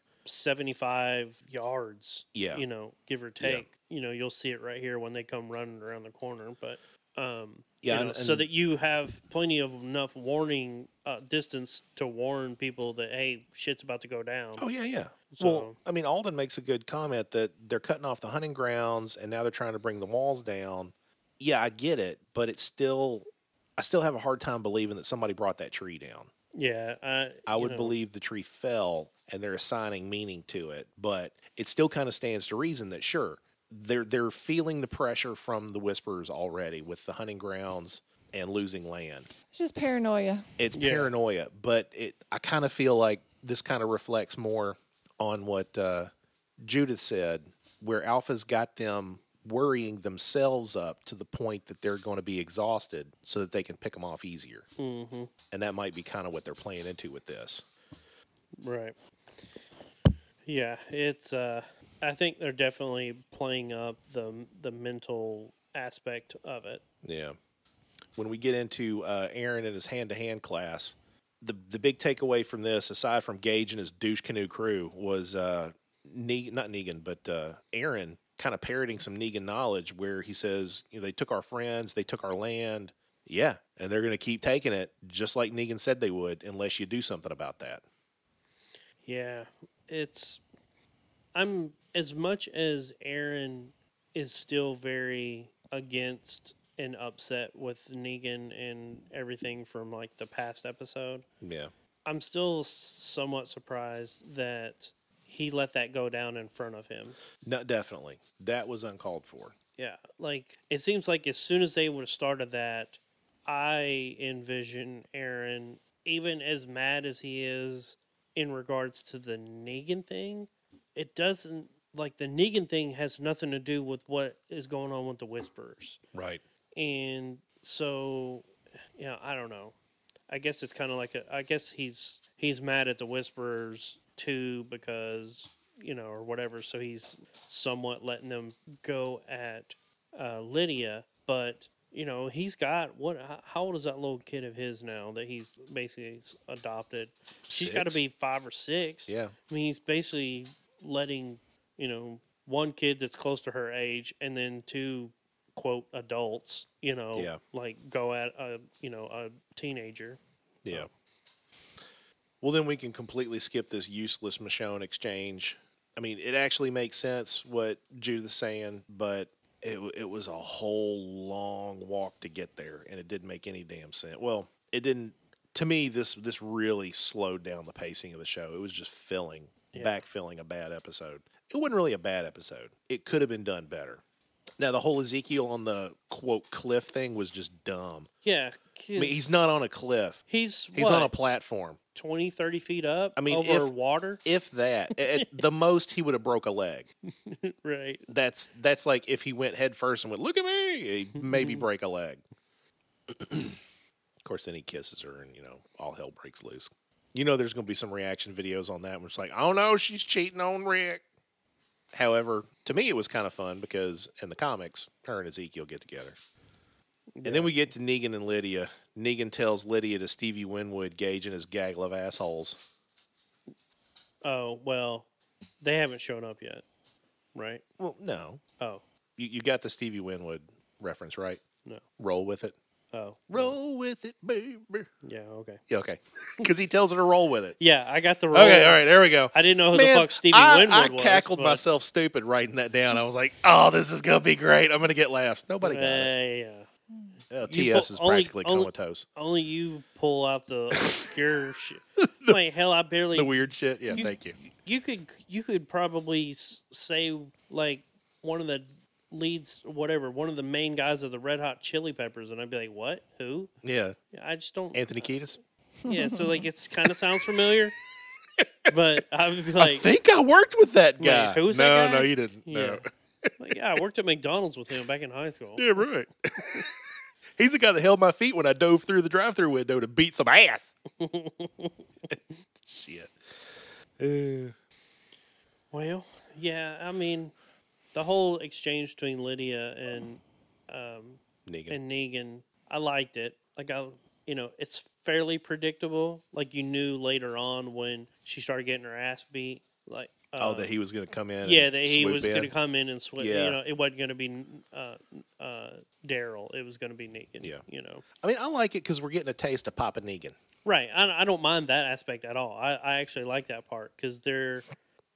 [SPEAKER 2] 75 yards
[SPEAKER 1] Yeah.
[SPEAKER 2] you know give or take you know you'll see it right here when they come running around the corner but um
[SPEAKER 1] Yeah,
[SPEAKER 2] you
[SPEAKER 1] and-
[SPEAKER 2] know, so
[SPEAKER 1] and-
[SPEAKER 2] that you have plenty of enough warning uh, distance to warn people that hey shit's about to go down
[SPEAKER 1] Oh, yeah, yeah. well,
[SPEAKER 2] So-
[SPEAKER 1] I mean, Alden makes a good comment that they're cutting off the hunting grounds and now they're trying to bring the walls down. Yeah, I get it, but it's still, I still have a hard time believing that somebody brought that tree down.
[SPEAKER 2] yeah I,
[SPEAKER 1] I
[SPEAKER 2] you
[SPEAKER 1] would
[SPEAKER 2] know,
[SPEAKER 1] believe the tree fell and they're assigning meaning to it, but it still kind of stands to reason that sure they're they're feeling the pressure from the whisperers already with the hunting grounds and losing land.
[SPEAKER 3] It's just paranoia.
[SPEAKER 1] It's
[SPEAKER 2] Yeah.
[SPEAKER 1] paranoia, but it I kind of feel like this kind of reflects more on what uh, Judith said, where Alpha's got them worrying themselves up to the point that they're going to be exhausted so that they can pick them off easier.
[SPEAKER 2] mhm,
[SPEAKER 1] And that might be kind of what they're playing into with this.
[SPEAKER 2] right yeah it's uh i think they're definitely playing up the the mental aspect of it
[SPEAKER 1] Yeah. When we get into uh, Aaron and his hand to hand class, the the big takeaway from this, aside from Gage and his douche canoe crew, was uh, ne- not Negan, but uh, Aaron kind of parroting some Negan knowledge where he says, you know, they took our friends, they took our land. Yeah, and they're going to keep taking it just like Negan said they would unless you do something about that.
[SPEAKER 2] Yeah, it's. I'm as much as Aaron is still very against and upset with Negan and everything from like the past episode.
[SPEAKER 1] Yeah.
[SPEAKER 2] I'm still somewhat surprised that he let that go down in front of him.
[SPEAKER 1] No, definitely. That was uncalled for.
[SPEAKER 2] Yeah, like it seems like as soon as they would have started that, I envision Aaron, even as mad as he is in regards to the Negan thing, it doesn't like the Negan thing has nothing to do with what is going on with the Whisperers.
[SPEAKER 1] Right.
[SPEAKER 2] And so, you know, I don't know. I guess it's kind of like a, I guess he's he's mad at the Whisperers too because you know or whatever. So he's somewhat letting them go at uh, Lydia, but you know he's got what? h- How old is that little kid of his now that he's basically s- adopted? She's got to
[SPEAKER 1] Six.
[SPEAKER 2] be five or six.
[SPEAKER 1] Yeah.
[SPEAKER 2] I mean, he's basically letting, you know, one kid that's close to her age and then two, quote, adults, you know,
[SPEAKER 1] Yeah.
[SPEAKER 2] like go at a, you know, a teenager.
[SPEAKER 1] Yeah. Well, then we can completely skip this useless Michonne exchange. I mean, it actually makes sense what Judith's saying, but it, w- it was a whole long walk to get there, and it didn't make any damn sense. Well, it didn't. To me, this this really slowed down the pacing of the show. It was just filling,
[SPEAKER 2] Yeah.
[SPEAKER 1] backfilling a bad episode. It wasn't really a bad episode. It could have been done better. Now, the whole Ezekiel on the quote cliff thing was just dumb.
[SPEAKER 2] Yeah.
[SPEAKER 1] I mean, he's not on a cliff.
[SPEAKER 2] he's,
[SPEAKER 1] He's on a platform.
[SPEAKER 2] 20, 30 feet up
[SPEAKER 1] I mean,
[SPEAKER 2] over
[SPEAKER 1] if-
[SPEAKER 2] water.
[SPEAKER 1] If that, at the most, he would have broke a leg.
[SPEAKER 2] Right.
[SPEAKER 1] That's that's like if he went head first and went, "Look at me," he'd maybe break a leg. of course, then he kisses her, and you know, all hell breaks loose. You know, there's going to be some reaction videos on that, where it's like, "Oh no, she's cheating on Rick." However, to me, it was kind of fun because in the comics, her and Ezekiel get together. And then we get to Negan and Lydia. Negan tells Lydia to Stevie Winwood, Gage, and his gaggle of assholes.
[SPEAKER 2] Oh, well, they haven't shown up yet. Right.
[SPEAKER 1] Well, no,
[SPEAKER 2] Oh,
[SPEAKER 1] You, you got the Stevie Winwood reference, right?
[SPEAKER 2] no.
[SPEAKER 1] Roll with it.
[SPEAKER 2] Oh.
[SPEAKER 1] Roll with it, baby.
[SPEAKER 2] Yeah. Okay.
[SPEAKER 1] Yeah, okay. <laughs> Because he tells her to roll with it.
[SPEAKER 2] Yeah. I got the <laughs> roll.
[SPEAKER 1] Okay, all right, there we go.
[SPEAKER 2] I didn't know who
[SPEAKER 1] Man,
[SPEAKER 2] the fuck Stevie
[SPEAKER 1] I,
[SPEAKER 2] Winwood
[SPEAKER 1] I
[SPEAKER 2] was.
[SPEAKER 1] cackled
[SPEAKER 2] but-
[SPEAKER 1] myself stupid writing that down. I was like, oh, this is going to be great. I'm going to get laughs. Nobody got it.
[SPEAKER 2] Yeah.
[SPEAKER 1] Uh,
[SPEAKER 2] you
[SPEAKER 1] TS
[SPEAKER 2] bo-
[SPEAKER 1] is
[SPEAKER 2] only-
[SPEAKER 1] practically
[SPEAKER 2] only-
[SPEAKER 1] comatose.
[SPEAKER 2] Only you pull
[SPEAKER 1] <laughs>
[SPEAKER 2] out the obscure shit. Wait, hell, I barely.
[SPEAKER 1] The weird shit. Yeah,
[SPEAKER 2] you-
[SPEAKER 1] thank you.
[SPEAKER 2] you could you could probably s- say like one of the leads, whatever, one of the main guys of the Red Hot Chili Peppers, and I'd be like, "What? Who?"
[SPEAKER 1] Yeah.
[SPEAKER 2] I just don't.
[SPEAKER 1] Anthony Kiedis.
[SPEAKER 2] <laughs> Yeah, so like it's kind of sounds
[SPEAKER 1] <laughs>
[SPEAKER 2] familiar, but I would be
[SPEAKER 1] I
[SPEAKER 2] like,
[SPEAKER 1] think I worked with that
[SPEAKER 2] Wait,
[SPEAKER 1] guy.
[SPEAKER 2] who was
[SPEAKER 1] no,
[SPEAKER 2] that guy?
[SPEAKER 1] no, you didn't.
[SPEAKER 2] Yeah.
[SPEAKER 1] No.
[SPEAKER 2] like, "Yeah, I worked at McDonald's with him back in high school."
[SPEAKER 1] Yeah, right. <laughs> He's the guy that held my feet when I dove through the drive-through window to beat some ass. <laughs> Shit. Uh,
[SPEAKER 2] Well, yeah, I mean, the whole exchange between Lydia and um,
[SPEAKER 1] Negan.
[SPEAKER 2] and Negan, I liked it. Like I, you know, it's fairly predictable. Like you knew later on when she started getting her ass beat, like uh,
[SPEAKER 1] oh, that he was going to come in. and
[SPEAKER 2] yeah, that he
[SPEAKER 1] swoop
[SPEAKER 2] was
[SPEAKER 1] in.
[SPEAKER 2] going to come in and switch.
[SPEAKER 1] Yeah.
[SPEAKER 2] You know, it wasn't going to be uh, uh, Daryl. It was going to be Negan.
[SPEAKER 1] Yeah.
[SPEAKER 2] you know,
[SPEAKER 1] I mean, I like it because we're getting a taste of Papa Negan.
[SPEAKER 2] right? I, I don't mind that aspect at all. I, I actually like that part because they're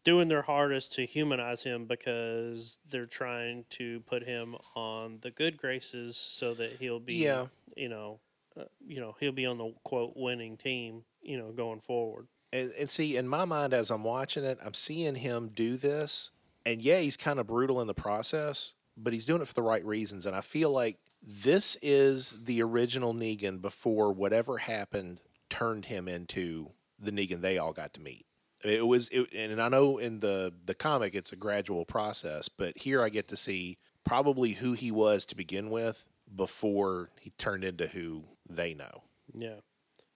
[SPEAKER 2] doing their hardest to humanize him because they're trying to put him on the good graces so that he'll be
[SPEAKER 1] Yeah.
[SPEAKER 2] you know, uh, you know, he'll be on the quote winning team, you know, going forward.
[SPEAKER 1] And, and see, in my mind, as I'm watching it, I'm seeing him do this, and yeah, he's kind of brutal in the process, but he's doing it for the right reasons. And I feel like this is the original Negan before whatever happened turned him into the Negan they all got to meet. It was, it, and I know in the the comic it's a gradual process, but here I get to see probably who he was to begin with before he turned into who they know.
[SPEAKER 2] Yeah.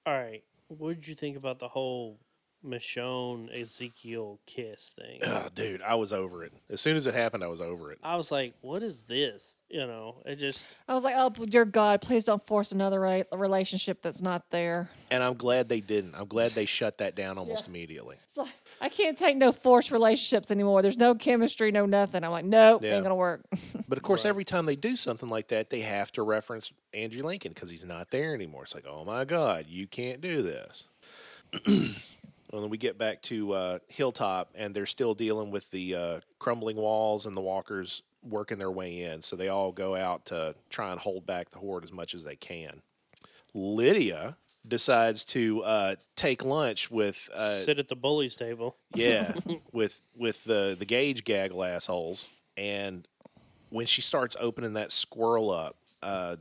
[SPEAKER 2] All right. What did you think about the whole Michonne Ezekiel kiss thing.
[SPEAKER 1] Ugh, dude, I was over it. As soon as it happened, I was over it.
[SPEAKER 2] I was like, what is this? You know, it just
[SPEAKER 3] I was like, oh dear God, please don't force another re- relationship that's not there.
[SPEAKER 1] And I'm glad they didn't. I'm glad they shut that down almost immediately.
[SPEAKER 3] It's like, I can't take no forced relationships anymore. There's no chemistry, no nothing. I'm like, nope,
[SPEAKER 1] Yeah.
[SPEAKER 3] ain't gonna work. <laughs>
[SPEAKER 1] But of course,
[SPEAKER 2] Right.
[SPEAKER 1] every time they do something like that, they have to reference Andrew Lincoln because he's not there anymore. It's like, oh my God, you can't do this. <clears throat> and then we get back to uh, Hilltop, and they're still dealing with the uh, crumbling walls and the walkers working their way in. So they all go out to try and hold back the horde as much as they can. Lydia decides to uh, take lunch with uh,
[SPEAKER 2] sit at the bully's table. <laughs>
[SPEAKER 1] yeah, with with the the gauge gaggle assholes, and when she starts opening that squirrel up, uh,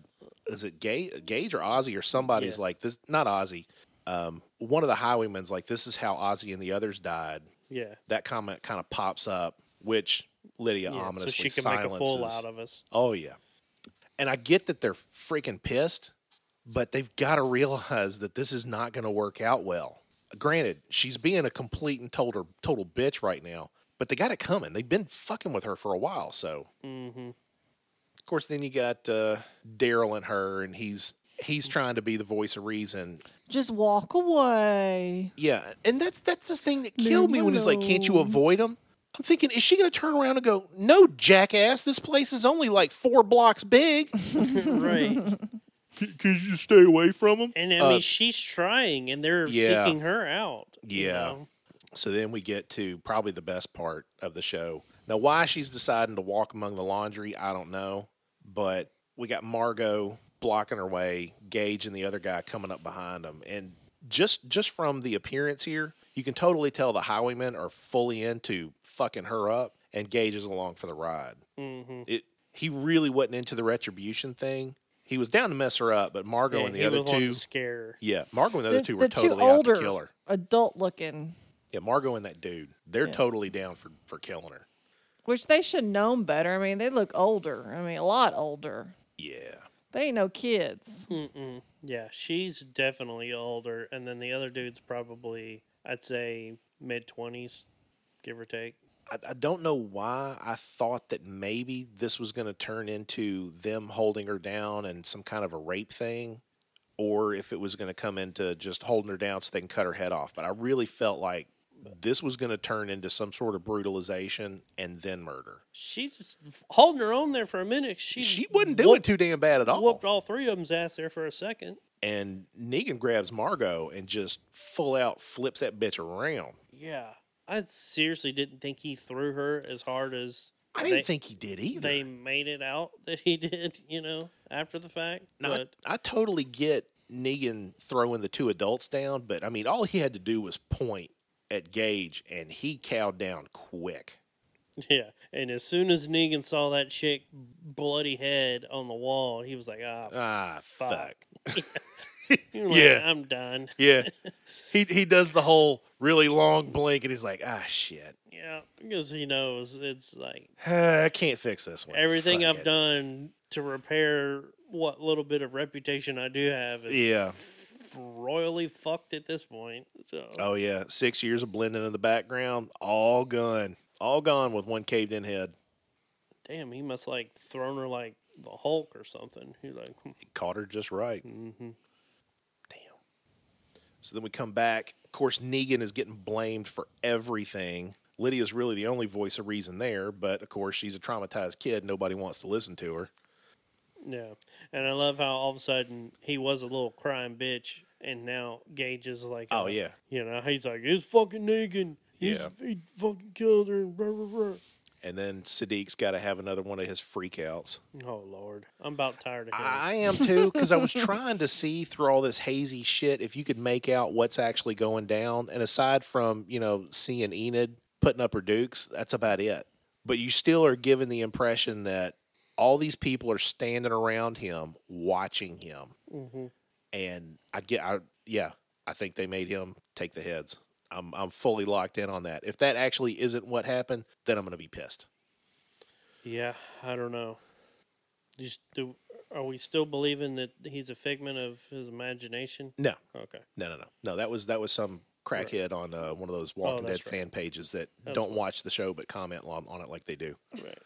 [SPEAKER 1] is it Gage, Gage or Ozzy or somebody's
[SPEAKER 2] Yeah.
[SPEAKER 1] like this? Not Ozzy. Um, one of the highwaymen's like, "This is how Ozzy and the others died."
[SPEAKER 2] Yeah.
[SPEAKER 1] That comment kind of pops up, which Lydia
[SPEAKER 2] yeah so
[SPEAKER 1] ominously
[SPEAKER 2] she can
[SPEAKER 1] silences.
[SPEAKER 2] make a fool out of us.
[SPEAKER 1] Oh yeah. And I get that they're freaking pissed, but they've got to realize that this is not going to work out well. Granted, she's being a complete and total total bitch right now, but they got it coming. They've been fucking with her for a while, so
[SPEAKER 2] hmm
[SPEAKER 1] of course then you got uh, Daryl and her, and he's he's trying to be the voice of reason.
[SPEAKER 3] Just walk away.
[SPEAKER 1] Yeah, and that's that's the thing that
[SPEAKER 3] Leave
[SPEAKER 1] killed
[SPEAKER 3] him
[SPEAKER 1] me when he's like, "Can't you
[SPEAKER 3] alone."
[SPEAKER 1] avoid him?" I'm thinking, is she going to turn around and go, "No, jackass, this place is only like four blocks big."
[SPEAKER 2] <laughs> right.
[SPEAKER 1] Can <laughs> you just stay away from him?
[SPEAKER 2] And I
[SPEAKER 1] Uh,
[SPEAKER 2] mean, she's trying and they're
[SPEAKER 1] yeah.
[SPEAKER 2] seeking her out. you
[SPEAKER 1] Yeah.
[SPEAKER 2] know?
[SPEAKER 1] So then we get to probably the best part of the show. Now, why she's deciding to walk among the laundry, I don't know. But we got Margot blocking her way, Gage and the other guy coming up behind them. And just just from the appearance here, you can totally tell the highwaymen are fully into fucking her up, and Gage is along for the ride.
[SPEAKER 2] Mhm.
[SPEAKER 1] It he really wasn't into the retribution thing. He was down to mess her up, but Margot
[SPEAKER 2] Yeah,
[SPEAKER 1] and
[SPEAKER 2] he
[SPEAKER 1] the other
[SPEAKER 2] was wanting
[SPEAKER 1] two,
[SPEAKER 2] to scare her.
[SPEAKER 1] yeah, Margot and the, other
[SPEAKER 3] The-
[SPEAKER 1] two were
[SPEAKER 3] the two
[SPEAKER 1] totally out to
[SPEAKER 3] older-
[SPEAKER 1] kill her.
[SPEAKER 3] Adult looking,
[SPEAKER 1] Yeah, Margot and that dude, they're
[SPEAKER 3] Yeah.
[SPEAKER 1] totally down for, for killing her.
[SPEAKER 3] which they should know better. I mean, they look older. I mean, a lot older.
[SPEAKER 1] Yeah.
[SPEAKER 3] They ain't no kids.
[SPEAKER 2] Mm-mm. Yeah, she's definitely older, and then the other dude's probably, I'd say, mid twenties, give or take.
[SPEAKER 1] I, I don't know why I thought that maybe this was going to turn into them holding her down and some kind of a rape thing, or if it was going to come into just holding her down so they can cut her head off. But I really felt like this was going to turn into some sort of brutalization and then murder.
[SPEAKER 2] She's just holding her own there for a minute. She
[SPEAKER 1] She wasn't doing
[SPEAKER 2] whooped,
[SPEAKER 1] too damn bad at all.
[SPEAKER 2] Whooped all three of them's ass there for a second.
[SPEAKER 1] And Negan grabs Margot and just full out flips that bitch around.
[SPEAKER 2] Yeah, I seriously didn't think he threw her as hard as
[SPEAKER 1] I didn't
[SPEAKER 2] They-
[SPEAKER 1] think he did either.
[SPEAKER 2] they made it out <laughs> that he did. You know, after the fact.
[SPEAKER 1] Now,
[SPEAKER 2] but
[SPEAKER 1] I, I totally get Negan throwing the two adults down, but I mean, all he had to do was point at Gage, and he cowed down quick.
[SPEAKER 2] <laughs> yeah, and as soon as Negan saw that chick bloody head on the wall, he was like, ah.
[SPEAKER 1] Ah, fuck.
[SPEAKER 2] Fuck. <laughs>
[SPEAKER 1] <laughs>
[SPEAKER 2] you're like,
[SPEAKER 1] yeah.
[SPEAKER 2] I'm done.
[SPEAKER 1] Yeah, he he does the whole really long blink, and he's like, ah, shit, <sighs>
[SPEAKER 2] Yeah, because he knows it's like
[SPEAKER 1] I can't fix this one.
[SPEAKER 2] everything
[SPEAKER 1] Fuck
[SPEAKER 2] I've
[SPEAKER 1] it."
[SPEAKER 2] done to repair what little bit of reputation I do have is
[SPEAKER 1] Yeah.
[SPEAKER 2] royally fucked at this point. So
[SPEAKER 1] Oh yeah. Six years of blending in the background, all gone, all gone with one caved in head.
[SPEAKER 2] damn, he must like thrown her like the Hulk or something. He's like, "Hmm,
[SPEAKER 1] Caught her just right.
[SPEAKER 2] mm-hmm.
[SPEAKER 1] Damn. So then we come back. Of course, Negan is getting blamed for everything. Lydia's really the only voice of reason there, but of course, she's a traumatized kid. Nobody wants to listen to her.
[SPEAKER 2] yeah. And I love how all of a sudden he was a little crying bitch, and now Gage is like,
[SPEAKER 1] Oh,
[SPEAKER 2] uh,
[SPEAKER 1] yeah.
[SPEAKER 2] you know, he's like, it's fucking Negan. He's,
[SPEAKER 1] Yeah.
[SPEAKER 2] he fucking killed her. and Blah, blah, blah.
[SPEAKER 1] And then Sadiq's got to have another one of his freakouts.
[SPEAKER 2] Oh lord, I'm about tired of him.
[SPEAKER 1] I am too, because I was trying to see through all this hazy shit if you could make out what's actually going down. And aside from, you know, seeing Enid putting up her dukes, that's about it. But you still are given the impression that all these people are standing around him, watching him.
[SPEAKER 2] hmm
[SPEAKER 1] and I get, I yeah, I think they made him take the heads. I'm I'm fully locked in on that. If that actually isn't what happened, then I'm gonna be pissed.
[SPEAKER 2] Yeah, I don't know. Just do. Are we still believing that he's a figment of his imagination?
[SPEAKER 1] No,
[SPEAKER 2] Okay.
[SPEAKER 1] no, no, no, no. That was that was some crackhead on uh, one of those Walking Dead
[SPEAKER 2] that's right.
[SPEAKER 1] fan pages that
[SPEAKER 2] That's
[SPEAKER 1] don't
[SPEAKER 2] right.
[SPEAKER 1] watch the show but comment on, on it like they do.
[SPEAKER 2] Right.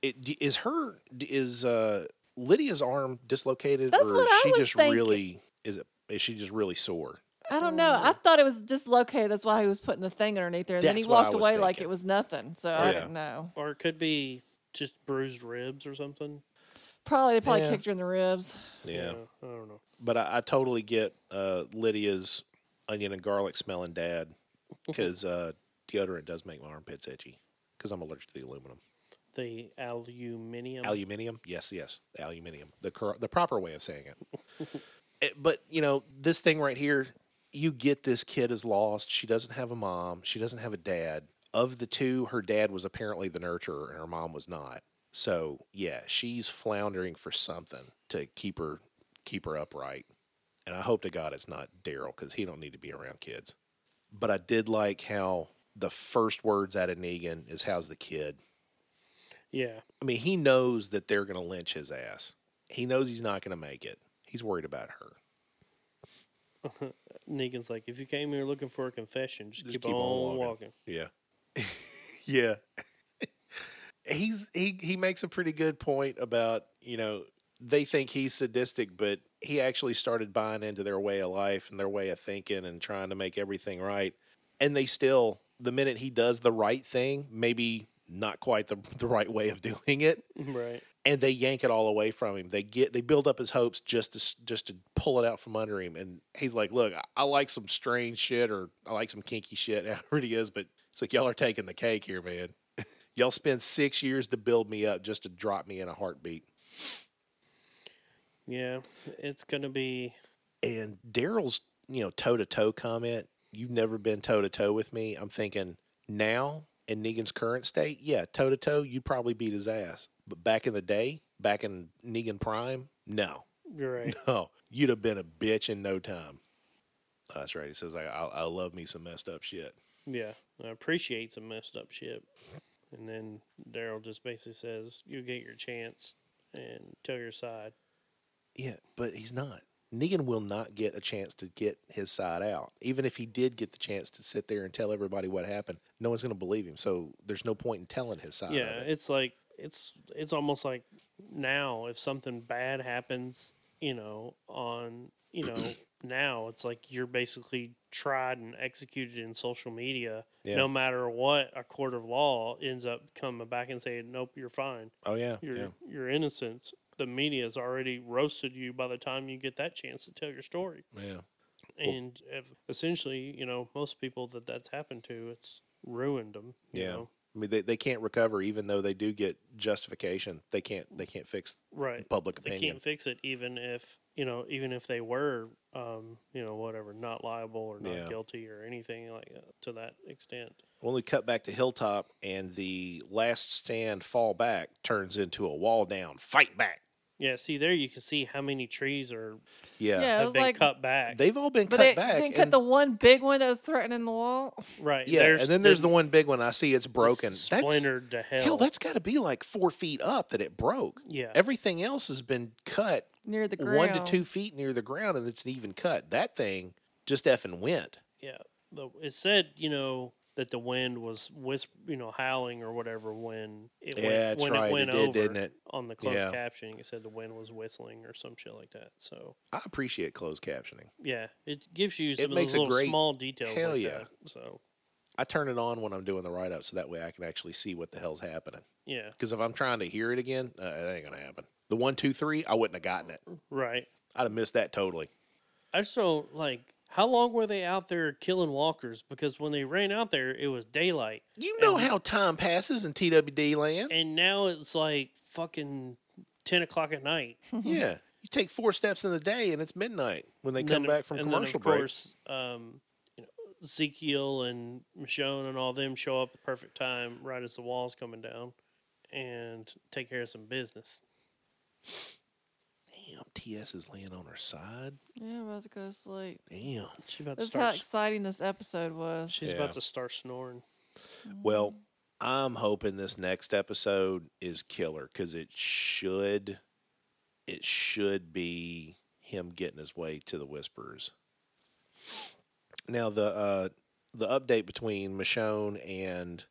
[SPEAKER 1] It, d- is her d- is uh, Lydia's arm dislocated,
[SPEAKER 4] That's
[SPEAKER 1] or
[SPEAKER 4] what
[SPEAKER 1] is
[SPEAKER 4] I
[SPEAKER 1] she
[SPEAKER 4] was
[SPEAKER 1] just
[SPEAKER 4] thinking.
[SPEAKER 1] really is it is she just really sore?
[SPEAKER 4] I don't know. I thought it was dislocated. That's why he was putting the thing underneath there. And then he
[SPEAKER 1] That's what I
[SPEAKER 4] walked
[SPEAKER 1] was
[SPEAKER 4] away like
[SPEAKER 1] thinking.
[SPEAKER 4] it was nothing. So
[SPEAKER 1] Yeah.
[SPEAKER 4] I don't know.
[SPEAKER 2] Or it could be just bruised ribs or something.
[SPEAKER 4] Probably they probably
[SPEAKER 1] Yeah.
[SPEAKER 4] kicked her in the ribs.
[SPEAKER 1] yeah.
[SPEAKER 2] I don't know.
[SPEAKER 1] but I, I totally get uh, Lydia's onion and garlic smelling dad because uh, deodorant does make my armpits itchy because I'm allergic to the aluminum.
[SPEAKER 2] The aluminium.
[SPEAKER 1] Aluminium, yes, yes, aluminium. The cor- the proper way of saying it. It- But you know this thing right here, you get this kid is lost. She doesn't have a mom. She doesn't have a dad. Of the two, her dad was apparently the nurturer, and her mom was not. So yeah, she's floundering for something to keep her keep her upright. And I hope to God it's not Daryl because he don't need to be around kids. But I did like how the first words out of Negan is "How's the kid?"
[SPEAKER 2] yeah.
[SPEAKER 1] I mean, he knows that they're going to lynch his ass. He knows he's not going to make it. He's worried about her.
[SPEAKER 2] Negan's like, if you came here looking for a confession, just, keep, on, walking.
[SPEAKER 1] Yeah. <laughs> yeah. he's he he makes a pretty good point about, you know, they think he's sadistic, but he actually started buying into their way of life and their way of thinking and trying to make everything right. And they still the minute he does the right thing, maybe not quite the <laughs> the right way of doing it,
[SPEAKER 2] <laughs> Right.
[SPEAKER 1] and they yank it all away from him. They get they build up his hopes just to s- just to pull it out from under him, and he's like, "Look, I, I like some strange shit, or I like some kinky shit, <laughs> however it is, but it's like y'all are taking the cake here, man. y'all spend six years to build me up just to drop me in a heartbeat."
[SPEAKER 2] Yeah. It's gonna be.
[SPEAKER 1] And Daryl's you know toe to toe comment, "You've never been toe to toe with me." I'm thinking now in Negan's current state, yeah, toe to toe, you probably beat his ass, but back in the day, back in Negan prime, no.
[SPEAKER 2] You're <laughs> right.
[SPEAKER 1] Oh, you'd have been a bitch in no time. Oh, that's right. He says, I, I, I love me some messed up shit.
[SPEAKER 2] yeah. I appreciate some messed up shit. And then Daryl just basically says, "You get your chance and tell your side."
[SPEAKER 1] Yeah, but he's not. Negan will not get a chance to get his side out. Even if he did get the chance to sit there and tell everybody what happened, no one's going to believe him. So there's no point in telling his side
[SPEAKER 2] yeah.
[SPEAKER 1] of it.
[SPEAKER 2] It's like it's it's almost like now if something bad happens, you know, on you
[SPEAKER 1] <clears throat>
[SPEAKER 2] know now it's like you're basically tried and executed in social media.
[SPEAKER 1] Yeah.
[SPEAKER 2] no matter what a court of law ends up coming back and saying nope you're fine
[SPEAKER 1] oh, yeah.
[SPEAKER 2] you're
[SPEAKER 1] yeah.
[SPEAKER 2] you're innocent the media has already roasted you by the time you get that chance to tell your story
[SPEAKER 1] Yeah. Well-
[SPEAKER 2] and if, essentially you know most people that that's happened to it's ruined them you
[SPEAKER 1] Yeah.
[SPEAKER 2] know?
[SPEAKER 1] I mean, they, they can't recover, even though they do get justification. They can't they can't fix
[SPEAKER 2] right
[SPEAKER 1] public
[SPEAKER 2] they
[SPEAKER 1] opinion.
[SPEAKER 2] can't fix it even if you know even if they were um you know whatever not liable or not
[SPEAKER 1] Yeah.
[SPEAKER 2] guilty or anything like uh, to that extent
[SPEAKER 1] When we cut back to Hilltop and the last stand fall back turns into a wall down fight back.
[SPEAKER 2] yeah see there you can see how many trees are
[SPEAKER 1] Yeah.
[SPEAKER 4] Yeah, it
[SPEAKER 2] have
[SPEAKER 4] was
[SPEAKER 2] been
[SPEAKER 4] like-
[SPEAKER 2] cut back
[SPEAKER 1] They've all been
[SPEAKER 4] But
[SPEAKER 1] cut
[SPEAKER 4] they
[SPEAKER 1] back.
[SPEAKER 4] didn't cut
[SPEAKER 1] and-
[SPEAKER 4] the one big one that was threatening the wall. <laughs>
[SPEAKER 2] right
[SPEAKER 1] yeah, and then there's the one big one I see it's broken. That's
[SPEAKER 2] splintered to hell.
[SPEAKER 1] hell. That's got to be like four feet up that it broke.
[SPEAKER 2] yeah,
[SPEAKER 1] Everything else has been cut
[SPEAKER 4] Near the ground.
[SPEAKER 1] one to two feet near the ground, and it's an even cut. That thing just effing went.
[SPEAKER 2] yeah. The- It said you know that the wind was wisp, you know, howling or whatever when it
[SPEAKER 1] Yeah,
[SPEAKER 2] went,
[SPEAKER 1] that's
[SPEAKER 2] when
[SPEAKER 1] right,
[SPEAKER 2] it
[SPEAKER 1] it
[SPEAKER 2] went
[SPEAKER 1] did,
[SPEAKER 2] over
[SPEAKER 1] didn't it?
[SPEAKER 2] on the closed
[SPEAKER 1] Yeah.
[SPEAKER 2] captioning. It said the wind was whistling or some shit like that. So
[SPEAKER 1] I appreciate closed captioning.
[SPEAKER 2] yeah, it gives you some of
[SPEAKER 1] makes
[SPEAKER 2] those
[SPEAKER 1] a
[SPEAKER 2] little
[SPEAKER 1] great-
[SPEAKER 2] small details.
[SPEAKER 1] hell
[SPEAKER 2] like
[SPEAKER 1] yeah.
[SPEAKER 2] that. So
[SPEAKER 1] I turn it on when I'm doing the write up, so that way I can actually see what the hell's happening.
[SPEAKER 2] yeah,
[SPEAKER 1] Because if I'm trying to hear it again, uh, it ain't gonna happen. The one, two, three, I wouldn't have gotten it.
[SPEAKER 2] right.
[SPEAKER 1] I'd have missed that totally.
[SPEAKER 2] I just don't like how long were they out there killing walkers? Because when they ran out there, it was daylight.
[SPEAKER 1] You know
[SPEAKER 2] And-
[SPEAKER 1] how time passes in TWD land.
[SPEAKER 2] and now it's like fucking 10 o'clock at night
[SPEAKER 1] Yeah. You take four steps in the day and it's midnight when they
[SPEAKER 2] Mm-hmm. And
[SPEAKER 1] come
[SPEAKER 2] then,
[SPEAKER 1] back from
[SPEAKER 2] and
[SPEAKER 1] commercial
[SPEAKER 2] then of
[SPEAKER 1] break.
[SPEAKER 2] course um, you know, ezekiel and michonne and all them show up at the perfect time right as the wall's coming down and take care of some business
[SPEAKER 1] Damn, TS is laying on her side.
[SPEAKER 4] Yeah, I'm about to go to sleep.
[SPEAKER 1] Damn.
[SPEAKER 2] she's about to
[SPEAKER 4] That's how
[SPEAKER 2] start s-
[SPEAKER 4] exciting this episode was.
[SPEAKER 2] she's
[SPEAKER 1] Yeah.
[SPEAKER 2] about to start snoring
[SPEAKER 1] Well, I'm hoping this next episode is killer because it should it should be him getting his way to the whisperers. Now the uh, the update between Michonne and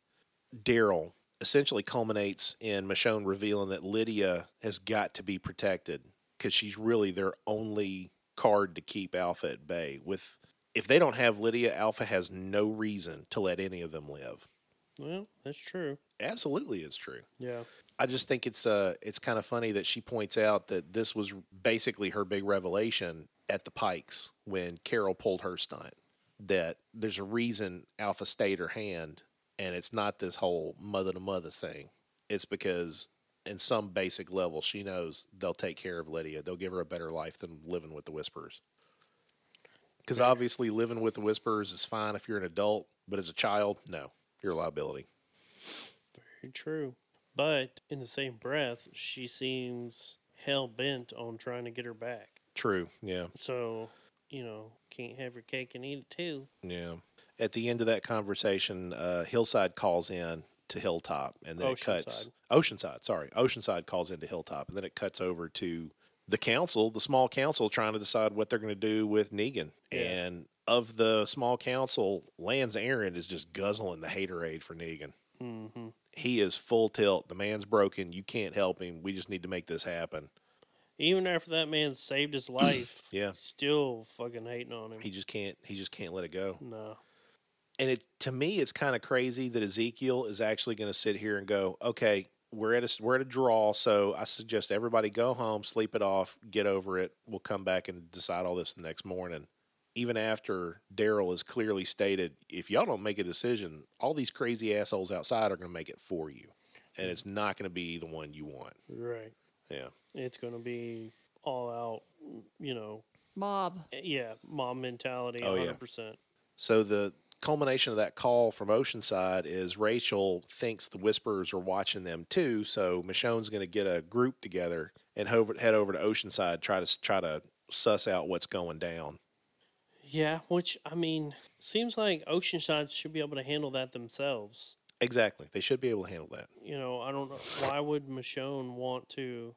[SPEAKER 1] Daryl essentially culminates in Michonne revealing that Lydia has got to be protected because she's really their only card to keep Alpha at bay. With if they don't have Lydia, Alpha has no reason to let any of them live.
[SPEAKER 2] Well, that's true.
[SPEAKER 1] Absolutely, it's true.
[SPEAKER 2] Yeah.
[SPEAKER 1] I just think it's uh it's kind of funny that she points out that this was basically her big revelation at the Pikes when Carol pulled her stunt that there's a reason Alpha stayed her hand and it's not this whole mother to mother thing. It's because in some basic level she knows they'll take care of Lydia. They'll give her a better life than living with the Whisperers. Cuz obviously living with the Whisperers is fine if you're an adult, but as a child, no. You're a liability.
[SPEAKER 2] Very true. But in the same breath, she seems hell bent on trying to get her back.
[SPEAKER 1] True. Yeah.
[SPEAKER 2] So, you know, can't have your cake and eat it too.
[SPEAKER 1] Yeah. At the end of that conversation, uh, Hillside calls in to Hilltop, and then it cuts. Oceanside, sorry, Oceanside calls into Hilltop, and then it cuts over to the council, the small council, trying to decide what they're going to do with Negan.
[SPEAKER 2] Yeah.
[SPEAKER 1] And of the small council, Lance Aaron is just guzzling the haterade for Negan.
[SPEAKER 2] Mm-hmm.
[SPEAKER 1] He is full tilt. The man's broken. You can't help him. We just need to make this happen.
[SPEAKER 2] Even after that man saved his life,
[SPEAKER 1] <coughs> Yeah.
[SPEAKER 2] still fucking hating on him.
[SPEAKER 1] He just can't. He just can't let it go.
[SPEAKER 2] no.
[SPEAKER 1] and it to me it's kind of crazy that Ezekiel is actually going to sit here and go, okay, we're at a we're at a draw, so I suggest everybody go home, sleep it off, get over it. We'll come back and decide all this the next morning. Even after Daryl has clearly stated, if y'all don't make a decision, all these crazy assholes outside are going to make it for you, and it's not going to be the one you want.
[SPEAKER 2] Right.
[SPEAKER 1] Yeah.
[SPEAKER 2] It's going to be all out, you know,
[SPEAKER 4] Mob.
[SPEAKER 2] yeah, mom mentality
[SPEAKER 1] Oh, yeah.
[SPEAKER 2] 100%.
[SPEAKER 1] So the culmination of that call from Oceanside is Rachel thinks the Whisperers are watching them too. So Michonne's going to get a group together and hover, head over to Oceanside try to try to suss out what's going down.
[SPEAKER 2] Yeah, which, I mean, seems like Oceanside should be able to handle that themselves.
[SPEAKER 1] Exactly, they should be able to handle that.
[SPEAKER 2] you know, I don't know why would Michonne want to.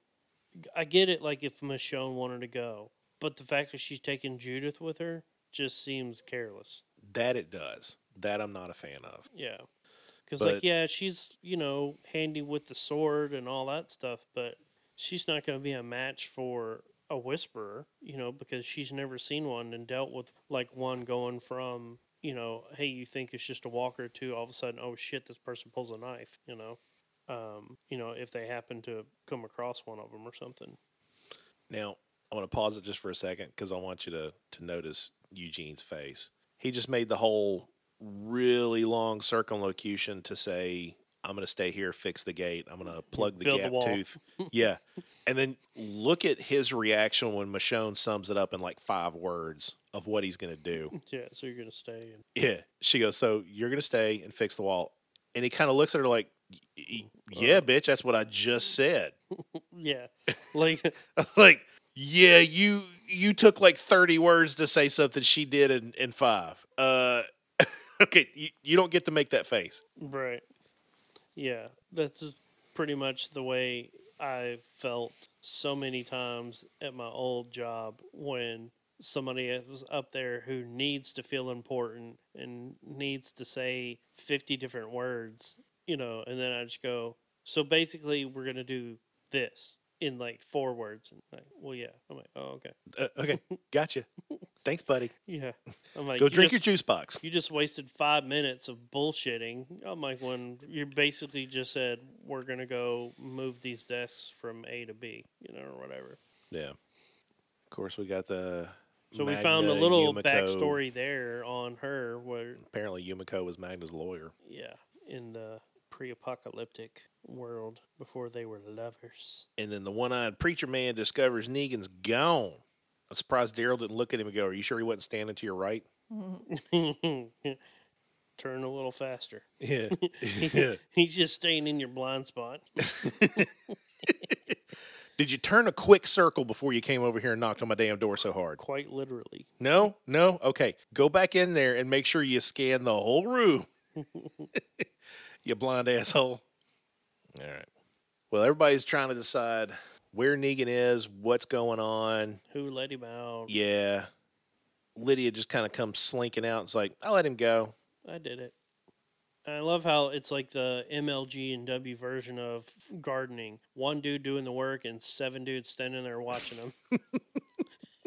[SPEAKER 2] I get it, like if Michonne wanted to go, but the fact that she's taking Judith with her just seems careless.
[SPEAKER 1] That it does. That I'm not a fan of.
[SPEAKER 2] Yeah, because
[SPEAKER 1] But-
[SPEAKER 2] like yeah, she's you know handy with the sword and all that stuff, but she's not going to be a match for a whisperer, you know, because she's never seen one and dealt with like one going from you know, hey, you think it's just a walker to all of a sudden, oh shit, this person pulls a knife, you know. Um, you know, if they happen to come across one of them or something. <laughs>
[SPEAKER 1] Now I want to pause it just for a second because I want you to to notice Eugene's face. He just made the whole really long circumlocution to say, "I'm going to stay here, fix the gate. I'm going to plug the
[SPEAKER 2] Build the
[SPEAKER 1] gap
[SPEAKER 2] wall." <laughs>
[SPEAKER 1] tooth." Yeah, and then look at his reaction when Michonne sums it up in like five words of what he's going to do.
[SPEAKER 2] <laughs> Yeah, so you're gonna stay. And,
[SPEAKER 1] Yeah. She goes, So you're going to stay and fix the wall. And he kind of looks at her like, "Y- y-
[SPEAKER 2] Uh,
[SPEAKER 1] Yeah, bitch, that's what I just said.
[SPEAKER 2] yeah, like
[SPEAKER 1] <laughs> like, Yeah, you you took like 30 words to say something she did in, in five. Uh, <laughs> okay, you, you don't get to make that face.
[SPEAKER 2] Right. Yeah, that's pretty much the way I felt so many times at my old job when somebody was up there who needs to feel important and needs to say 50 different words, you know, and then I just go, so basically we're going to do this in like four words and like, well yeah. I'm like, "Oh, okay."
[SPEAKER 1] Uh, <laughs> okay, gotcha. Thanks, buddy.
[SPEAKER 2] Yeah. I'm like,
[SPEAKER 1] Go
[SPEAKER 2] "You
[SPEAKER 1] drink
[SPEAKER 2] just-
[SPEAKER 1] your juice box.
[SPEAKER 2] you just wasted five minutes of bullshitting. I'm like, when you basically just said, we're going to go move these desks from A to B, you know, or whatever.
[SPEAKER 1] Yeah. Of course, we got the.
[SPEAKER 2] So we found a
[SPEAKER 1] Magna
[SPEAKER 2] little
[SPEAKER 1] Yumiko.
[SPEAKER 2] backstory there on her where,
[SPEAKER 1] Apparently, Yumiko was Magna's lawyer.
[SPEAKER 2] yeah, in the pre apocalyptic world before they were lovers. <laughs>
[SPEAKER 1] And then the one eyed preacher man discovers Negan's gone. I'm surprised Daryl didn't look at him and go, Are you sure he wasn't standing to your right?
[SPEAKER 2] Turn a little faster. <laughs>
[SPEAKER 1] Yeah.
[SPEAKER 2] He's just staying in your blind spot.
[SPEAKER 1] <laughs> Did you turn a quick circle before you came over here and knocked on my damn door so hard?
[SPEAKER 2] Quite literally.
[SPEAKER 1] No, no. Okay. Go back in there and make sure you scan the whole room. <laughs> you blind asshole. All right. Well, everybody's trying to decide where Negan is, what's going on.
[SPEAKER 2] Who let him out?
[SPEAKER 1] Yeah. Lydia just kind of comes slinking out. It's like, I let him go.
[SPEAKER 2] I did it. I love how it's like the MLG and W version of gardening. One dude doing the work and seven dudes standing there watching him.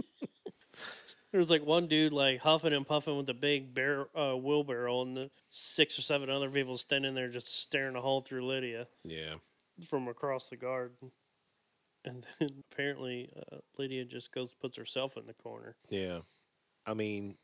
[SPEAKER 2] <laughs> There's like one dude like huffing and puffing with a big bear uh, wheelbarrow, and the six or seven other people standing there just staring a hole through Lydia
[SPEAKER 1] Yeah.
[SPEAKER 2] from across the garden. And then <laughs> apparently uh, Lydia just goes puts herself in the corner.
[SPEAKER 1] Yeah. I mean,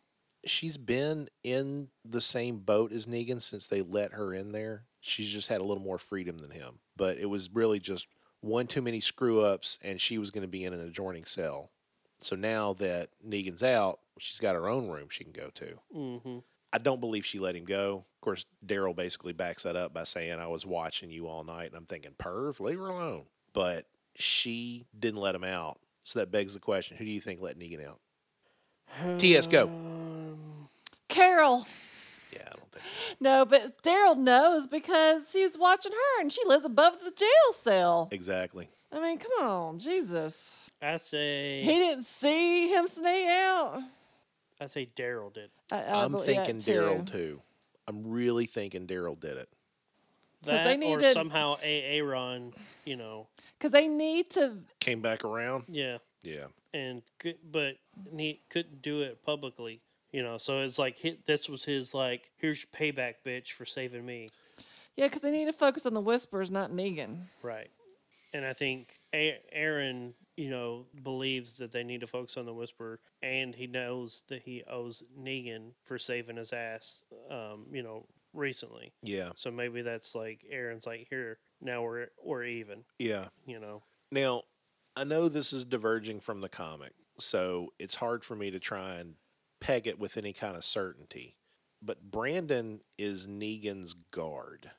[SPEAKER 1] she's been in the same boat as Negan since they let her in there. She's just had a little more freedom than him. But it was really just one too many screw ups, and she was going to be in an adjoining cell. So now that Negan's out, she's got her own room she can go to.
[SPEAKER 2] hmm
[SPEAKER 1] I don't believe she let him go. Of course, Daryl basically backs that up by saying, I was watching you all night. And I'm thinking, Perv, leave her alone. But she didn't let him out. So that begs the question who do you think let Negan out? TS,
[SPEAKER 4] Uh,
[SPEAKER 1] go.
[SPEAKER 2] Um,
[SPEAKER 4] Carol.
[SPEAKER 1] Yeah, I don't think.
[SPEAKER 4] No, but Daryl knows because he was watching her and she lives above the jail cell.
[SPEAKER 1] Exactly.
[SPEAKER 4] I mean, come on, Jesus.
[SPEAKER 2] I say
[SPEAKER 4] He didn't see him sneak out. Uh,
[SPEAKER 2] I say Daryl did.
[SPEAKER 4] I, I
[SPEAKER 1] I'm
[SPEAKER 4] believe that
[SPEAKER 1] thinking Daryl too. I'm really thinking Daryl did it.
[SPEAKER 2] That
[SPEAKER 4] they
[SPEAKER 2] or
[SPEAKER 4] needed-
[SPEAKER 2] somehow a Aaron, you know,
[SPEAKER 4] Because they need to.
[SPEAKER 1] Came back around.
[SPEAKER 2] yeah,
[SPEAKER 1] Yeah.
[SPEAKER 2] and could, but he couldn't do it publicly, you know. So it's like hi this was his like, here's your payback, bitch, for saving me,
[SPEAKER 4] Yeah, because they need to focus on the whispers, not Negan.
[SPEAKER 2] right? And I think a- Aaron, you know, believes that they need to focus on the Whisperer, and he knows that he owes Negan for saving his ass, um, you know, recently.
[SPEAKER 1] Yeah.
[SPEAKER 2] So maybe that's like Aaron's like, here now we're we're even,
[SPEAKER 1] Yeah.
[SPEAKER 2] you know.
[SPEAKER 1] Now, I know this is diverging from the comic, so it's hard for me to try and peg it with any kind of certainty. But Brandon is Negan's guard.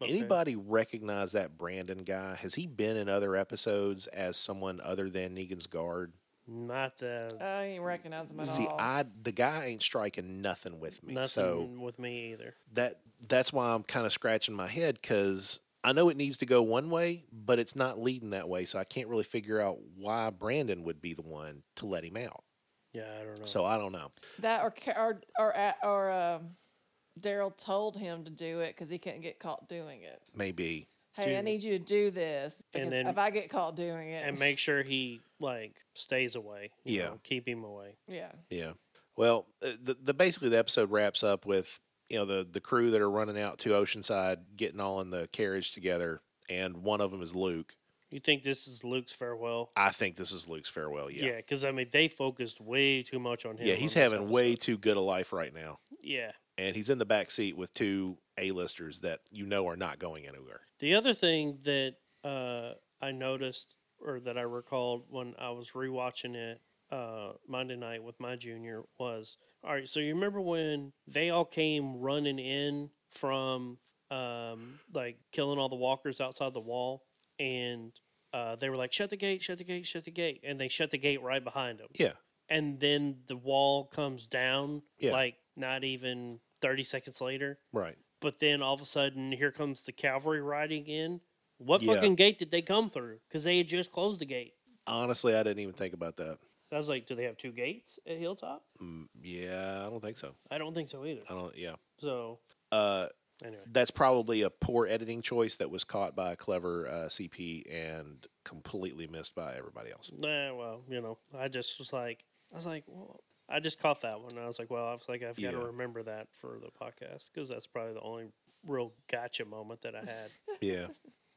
[SPEAKER 2] Okay.
[SPEAKER 1] Anybody recognize that Brandon guy? Has he been in other episodes as someone other than Negan's guard?
[SPEAKER 2] Not the
[SPEAKER 4] I ain't recognize him at
[SPEAKER 1] See,
[SPEAKER 4] all.
[SPEAKER 1] I the guy ain't striking nothing with me.
[SPEAKER 2] Nothing
[SPEAKER 1] so
[SPEAKER 2] with me either.
[SPEAKER 1] that that's why I'm kind of scratching my head because I know it needs to go one way, but it's not leading that way. So I can't really figure out why Brandon would be the one to let him out.
[SPEAKER 2] Yeah, I don't know.
[SPEAKER 1] So I don't know.
[SPEAKER 4] that or Ca- or or, a- or um, Daryl told him to do it because he couldn't get caught doing it.
[SPEAKER 1] Maybe.
[SPEAKER 4] Hey, I
[SPEAKER 2] Dude.
[SPEAKER 4] need you to do this because
[SPEAKER 2] And then-
[SPEAKER 4] if I get caught doing it,
[SPEAKER 2] and make sure he like stays away. you
[SPEAKER 1] Yeah.
[SPEAKER 2] know, keep him away.
[SPEAKER 4] yeah.
[SPEAKER 1] Yeah. Well, uh, the, the basically the episode wraps up with you know the the crew that are running out to Oceanside, getting all in the carriage together, and one of them is Luke.
[SPEAKER 2] You think this is Luke's farewell?
[SPEAKER 1] I think this is Luke's farewell. Yeah.
[SPEAKER 2] Yeah, because I mean they focused way too much on him.
[SPEAKER 1] yeah he's
[SPEAKER 2] on this
[SPEAKER 1] having way
[SPEAKER 2] episode.
[SPEAKER 1] too good a life right now.
[SPEAKER 2] yeah.
[SPEAKER 1] and he's in the back seat with two A-listers that you know are not going anywhere.
[SPEAKER 2] The other thing that uh, I noticed or that I recalled when I was rewatching it uh, Monday night with my junior was all right. So you remember when they all came running in from um, like killing all the walkers outside the wall, and uh, they were like, "Shut the gate! Shut the gate! Shut the gate!" And they shut the gate right behind them.
[SPEAKER 1] Yeah.
[SPEAKER 2] And then the wall comes down
[SPEAKER 1] Yeah.
[SPEAKER 2] like not even thirty seconds later
[SPEAKER 1] Right.
[SPEAKER 2] but then all of a sudden here comes the cavalry riding in what
[SPEAKER 1] Yeah.
[SPEAKER 2] fucking gate did they come through because they had just closed the gate
[SPEAKER 1] Honestly, I didn't even think about that.
[SPEAKER 2] i was like do they have two gates at hilltop
[SPEAKER 1] Mm, yeah, I don't think so.
[SPEAKER 2] i don't think so either
[SPEAKER 1] I don't. Yeah.
[SPEAKER 2] so
[SPEAKER 1] Uh,
[SPEAKER 2] anyway
[SPEAKER 1] that's probably a poor editing choice that was caught by a clever uh, CP and completely missed by everybody
[SPEAKER 2] <laughs>
[SPEAKER 1] else.
[SPEAKER 2] nah, Eh, well you know i just was like i was like well, i just caught that one and i was like well i was like i've got to
[SPEAKER 1] Yeah.
[SPEAKER 2] remember that for the podcast because that's probably the only real gotcha
[SPEAKER 1] <laughs>
[SPEAKER 2] moment that i had
[SPEAKER 1] Yeah.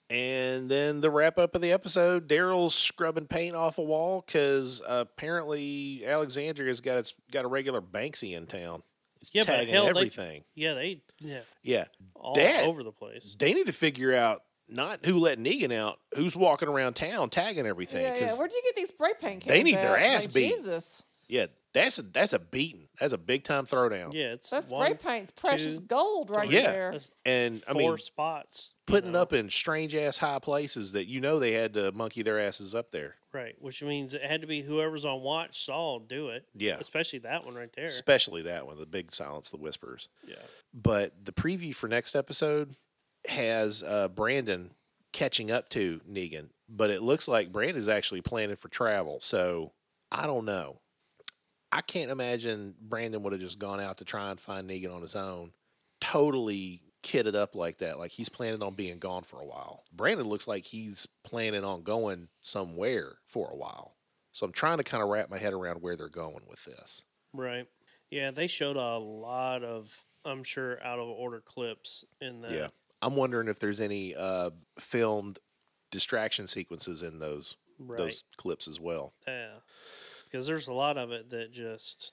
[SPEAKER 1] And then the wrap up of the episode, Daryl's scrubbing paint off a wall because apparently Alexandria's got its got a regular Banksy in town,
[SPEAKER 2] yeah but
[SPEAKER 1] tagging
[SPEAKER 2] hell they
[SPEAKER 1] everything.
[SPEAKER 2] yeah they yeah
[SPEAKER 1] yeah,
[SPEAKER 2] all
[SPEAKER 1] That-
[SPEAKER 2] over the place
[SPEAKER 1] they need to figure out not who let Negan out, who's walking around town tagging everything.
[SPEAKER 4] Yeah,
[SPEAKER 1] 'cause,
[SPEAKER 4] yeah. Where'd you get these spray paint cans?
[SPEAKER 1] they need their
[SPEAKER 4] at?
[SPEAKER 1] ass
[SPEAKER 4] Like,
[SPEAKER 1] beat.
[SPEAKER 4] Jesus,
[SPEAKER 1] yeah, that's a that's a beating. That's a big time throwdown.
[SPEAKER 2] yeah it's
[SPEAKER 4] that spray
[SPEAKER 2] one,
[SPEAKER 4] paint's precious
[SPEAKER 2] two,
[SPEAKER 4] gold right
[SPEAKER 1] three. Yeah.
[SPEAKER 4] there.
[SPEAKER 2] that's
[SPEAKER 1] And I
[SPEAKER 2] four
[SPEAKER 1] mean,
[SPEAKER 2] spots you
[SPEAKER 1] putting
[SPEAKER 2] know.
[SPEAKER 1] up in strange ass high places that you know they had to monkey their asses up there.
[SPEAKER 2] Right, which means it had to be whoever's on watch saw do it.
[SPEAKER 1] Yeah.
[SPEAKER 2] Especially that one right there.
[SPEAKER 1] Especially that one, the big silence, the whispers.
[SPEAKER 2] yeah.
[SPEAKER 1] But the preview for next episode has uh, Brandon catching up to Negan, but it looks like Brandon's actually planning for travel. So I don't know. I can't imagine Brandon would have just gone out to try and find Negan on his own, totally kitted up like that. Like he's planning on being gone for a while. Brandon looks like he's planning on going somewhere for a while. So I'm trying to kind of wrap my head around where they're going with this.
[SPEAKER 2] Right. Yeah, they showed a lot of, I'm sure, out of order clips in that.
[SPEAKER 1] Yeah. I'm wondering if there's any uh, filmed distraction sequences in those
[SPEAKER 2] Right.
[SPEAKER 1] those clips as well.
[SPEAKER 2] Yeah. Because there's a lot of it that just,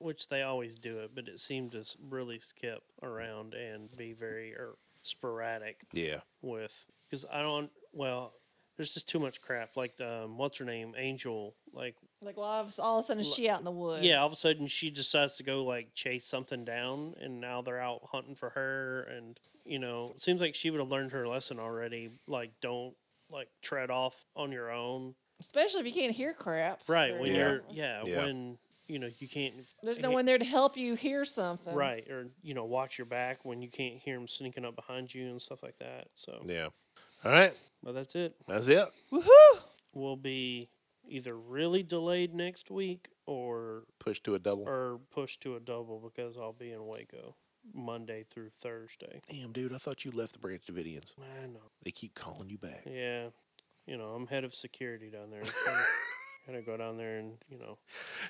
[SPEAKER 2] which they always do it, but it seemed to s- really skip around and be very er, sporadic
[SPEAKER 1] Yeah.
[SPEAKER 2] with. Because I don't, well, there's just too much crap. Like, um, what's her name? Angel. Like,
[SPEAKER 4] Like, well, all of, all of a sudden,
[SPEAKER 2] Like-
[SPEAKER 4] she out in the woods.
[SPEAKER 2] yeah, all of a sudden she decides to go, like, chase something down, and now they're out hunting for her. And, you know, seems like she would have learned her lesson already. Like, don't, like, tread off on your own.
[SPEAKER 4] Especially if you can't hear crap.
[SPEAKER 2] Right.
[SPEAKER 4] Or-
[SPEAKER 2] When
[SPEAKER 1] Yeah.
[SPEAKER 2] you're, yeah,
[SPEAKER 1] Yeah.
[SPEAKER 2] when, you know, you can't.
[SPEAKER 4] There's no
[SPEAKER 2] he-
[SPEAKER 4] one there to help you hear something.
[SPEAKER 2] right or you know watch your back when you can't hear them sneaking up behind you and stuff like that so
[SPEAKER 1] Yeah. All right.
[SPEAKER 2] but that's it
[SPEAKER 1] That's it.
[SPEAKER 4] Woohoo!
[SPEAKER 2] we'll be either really delayed next week or
[SPEAKER 1] Push to a double.
[SPEAKER 2] or pushed to a double because i'll be in waco monday through thursday
[SPEAKER 1] Damn, dude, I thought you left the Branch Davidians.
[SPEAKER 2] i know
[SPEAKER 1] They keep calling you back.
[SPEAKER 2] yeah you know i'm head of security down there Gotta- gotta go down there and you know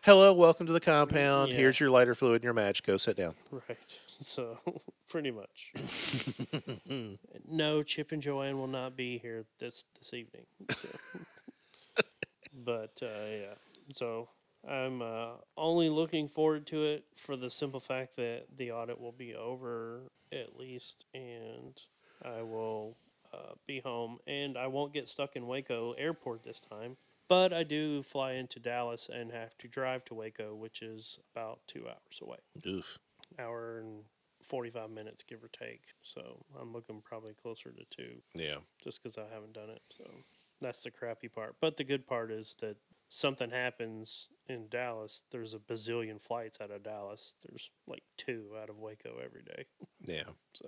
[SPEAKER 1] Hello, welcome to the compound.
[SPEAKER 2] Yeah.
[SPEAKER 1] Here's your lighter fluid and your match. Go sit down.
[SPEAKER 2] right <laughs> so pretty much no, Chip and Joanne will not be here this this evening. So. but uh, yeah, so I'm uh, only looking forward to it for the simple fact that the audit will be over at least, and I will uh, be home, and I won't get stuck in Waco Airport this time. But I do fly into Dallas and have to drive to Waco, which is about two hours away
[SPEAKER 1] Oof.
[SPEAKER 2] hour and 45 minutes, give or take. So I'm looking probably closer to two
[SPEAKER 1] Yeah.
[SPEAKER 2] just because I haven't done it. So that's the crappy part. But the good part is that something happens in Dallas. There's a bazillion flights out of Dallas, there's like two out of Waco every day. <laughs>
[SPEAKER 1] Yeah.
[SPEAKER 2] So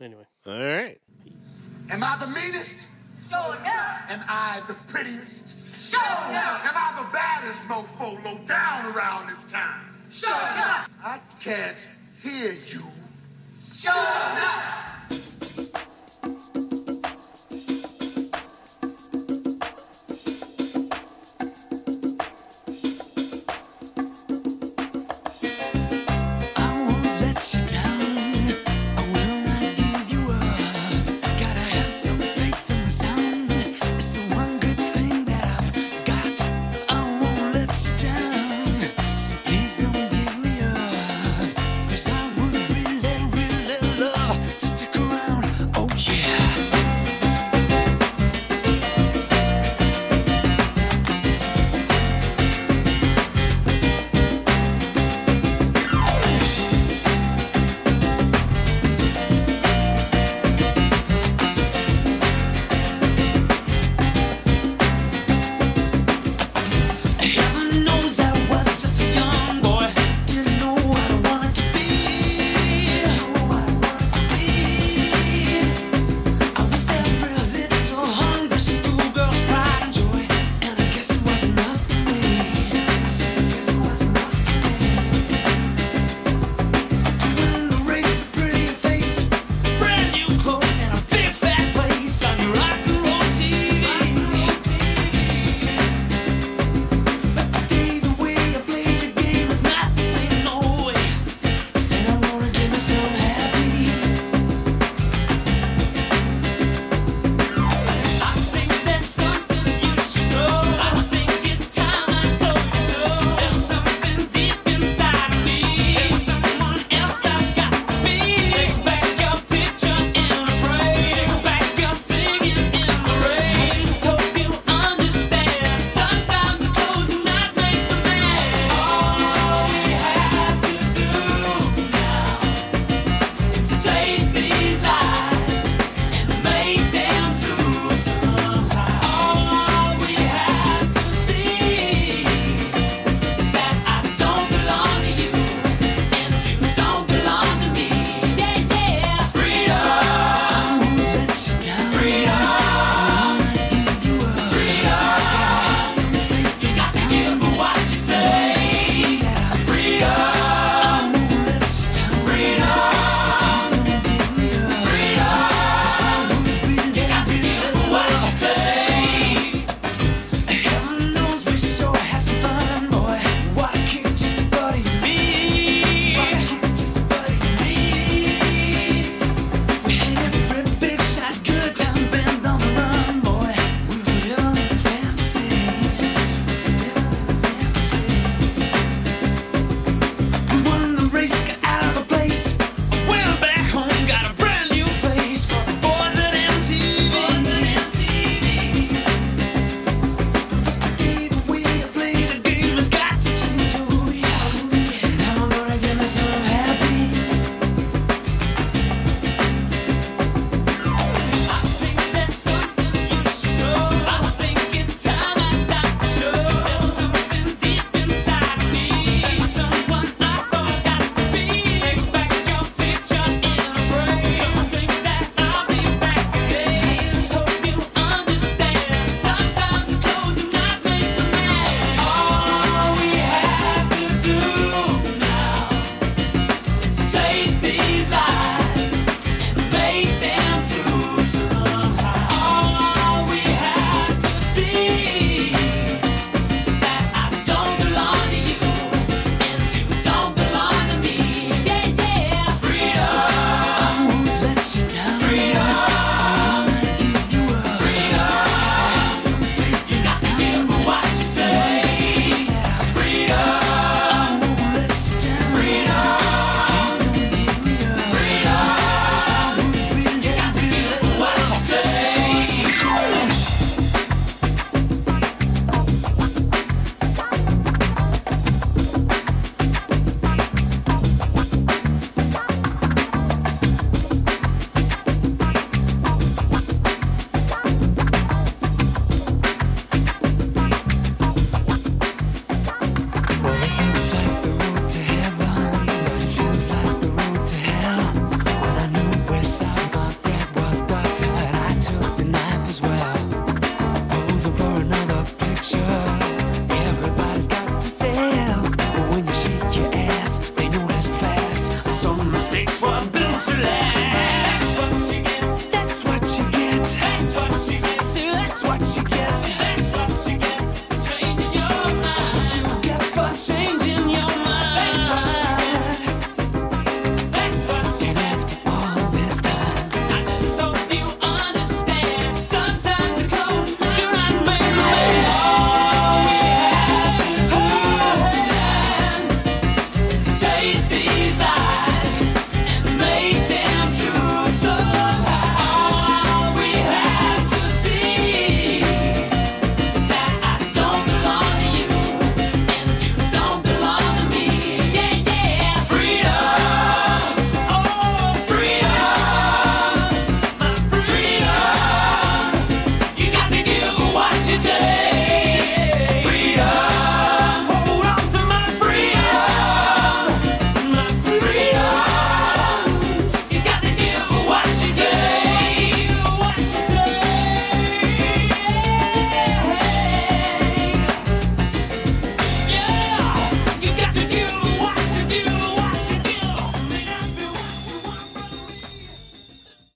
[SPEAKER 2] anyway,
[SPEAKER 1] All right.
[SPEAKER 5] Am I the meanest?
[SPEAKER 6] Show up,
[SPEAKER 5] Am I the prettiest?
[SPEAKER 6] show up,
[SPEAKER 5] Am I the baddest mofo low down around this town?
[SPEAKER 6] show up,
[SPEAKER 5] I can't hear you.
[SPEAKER 6] show up.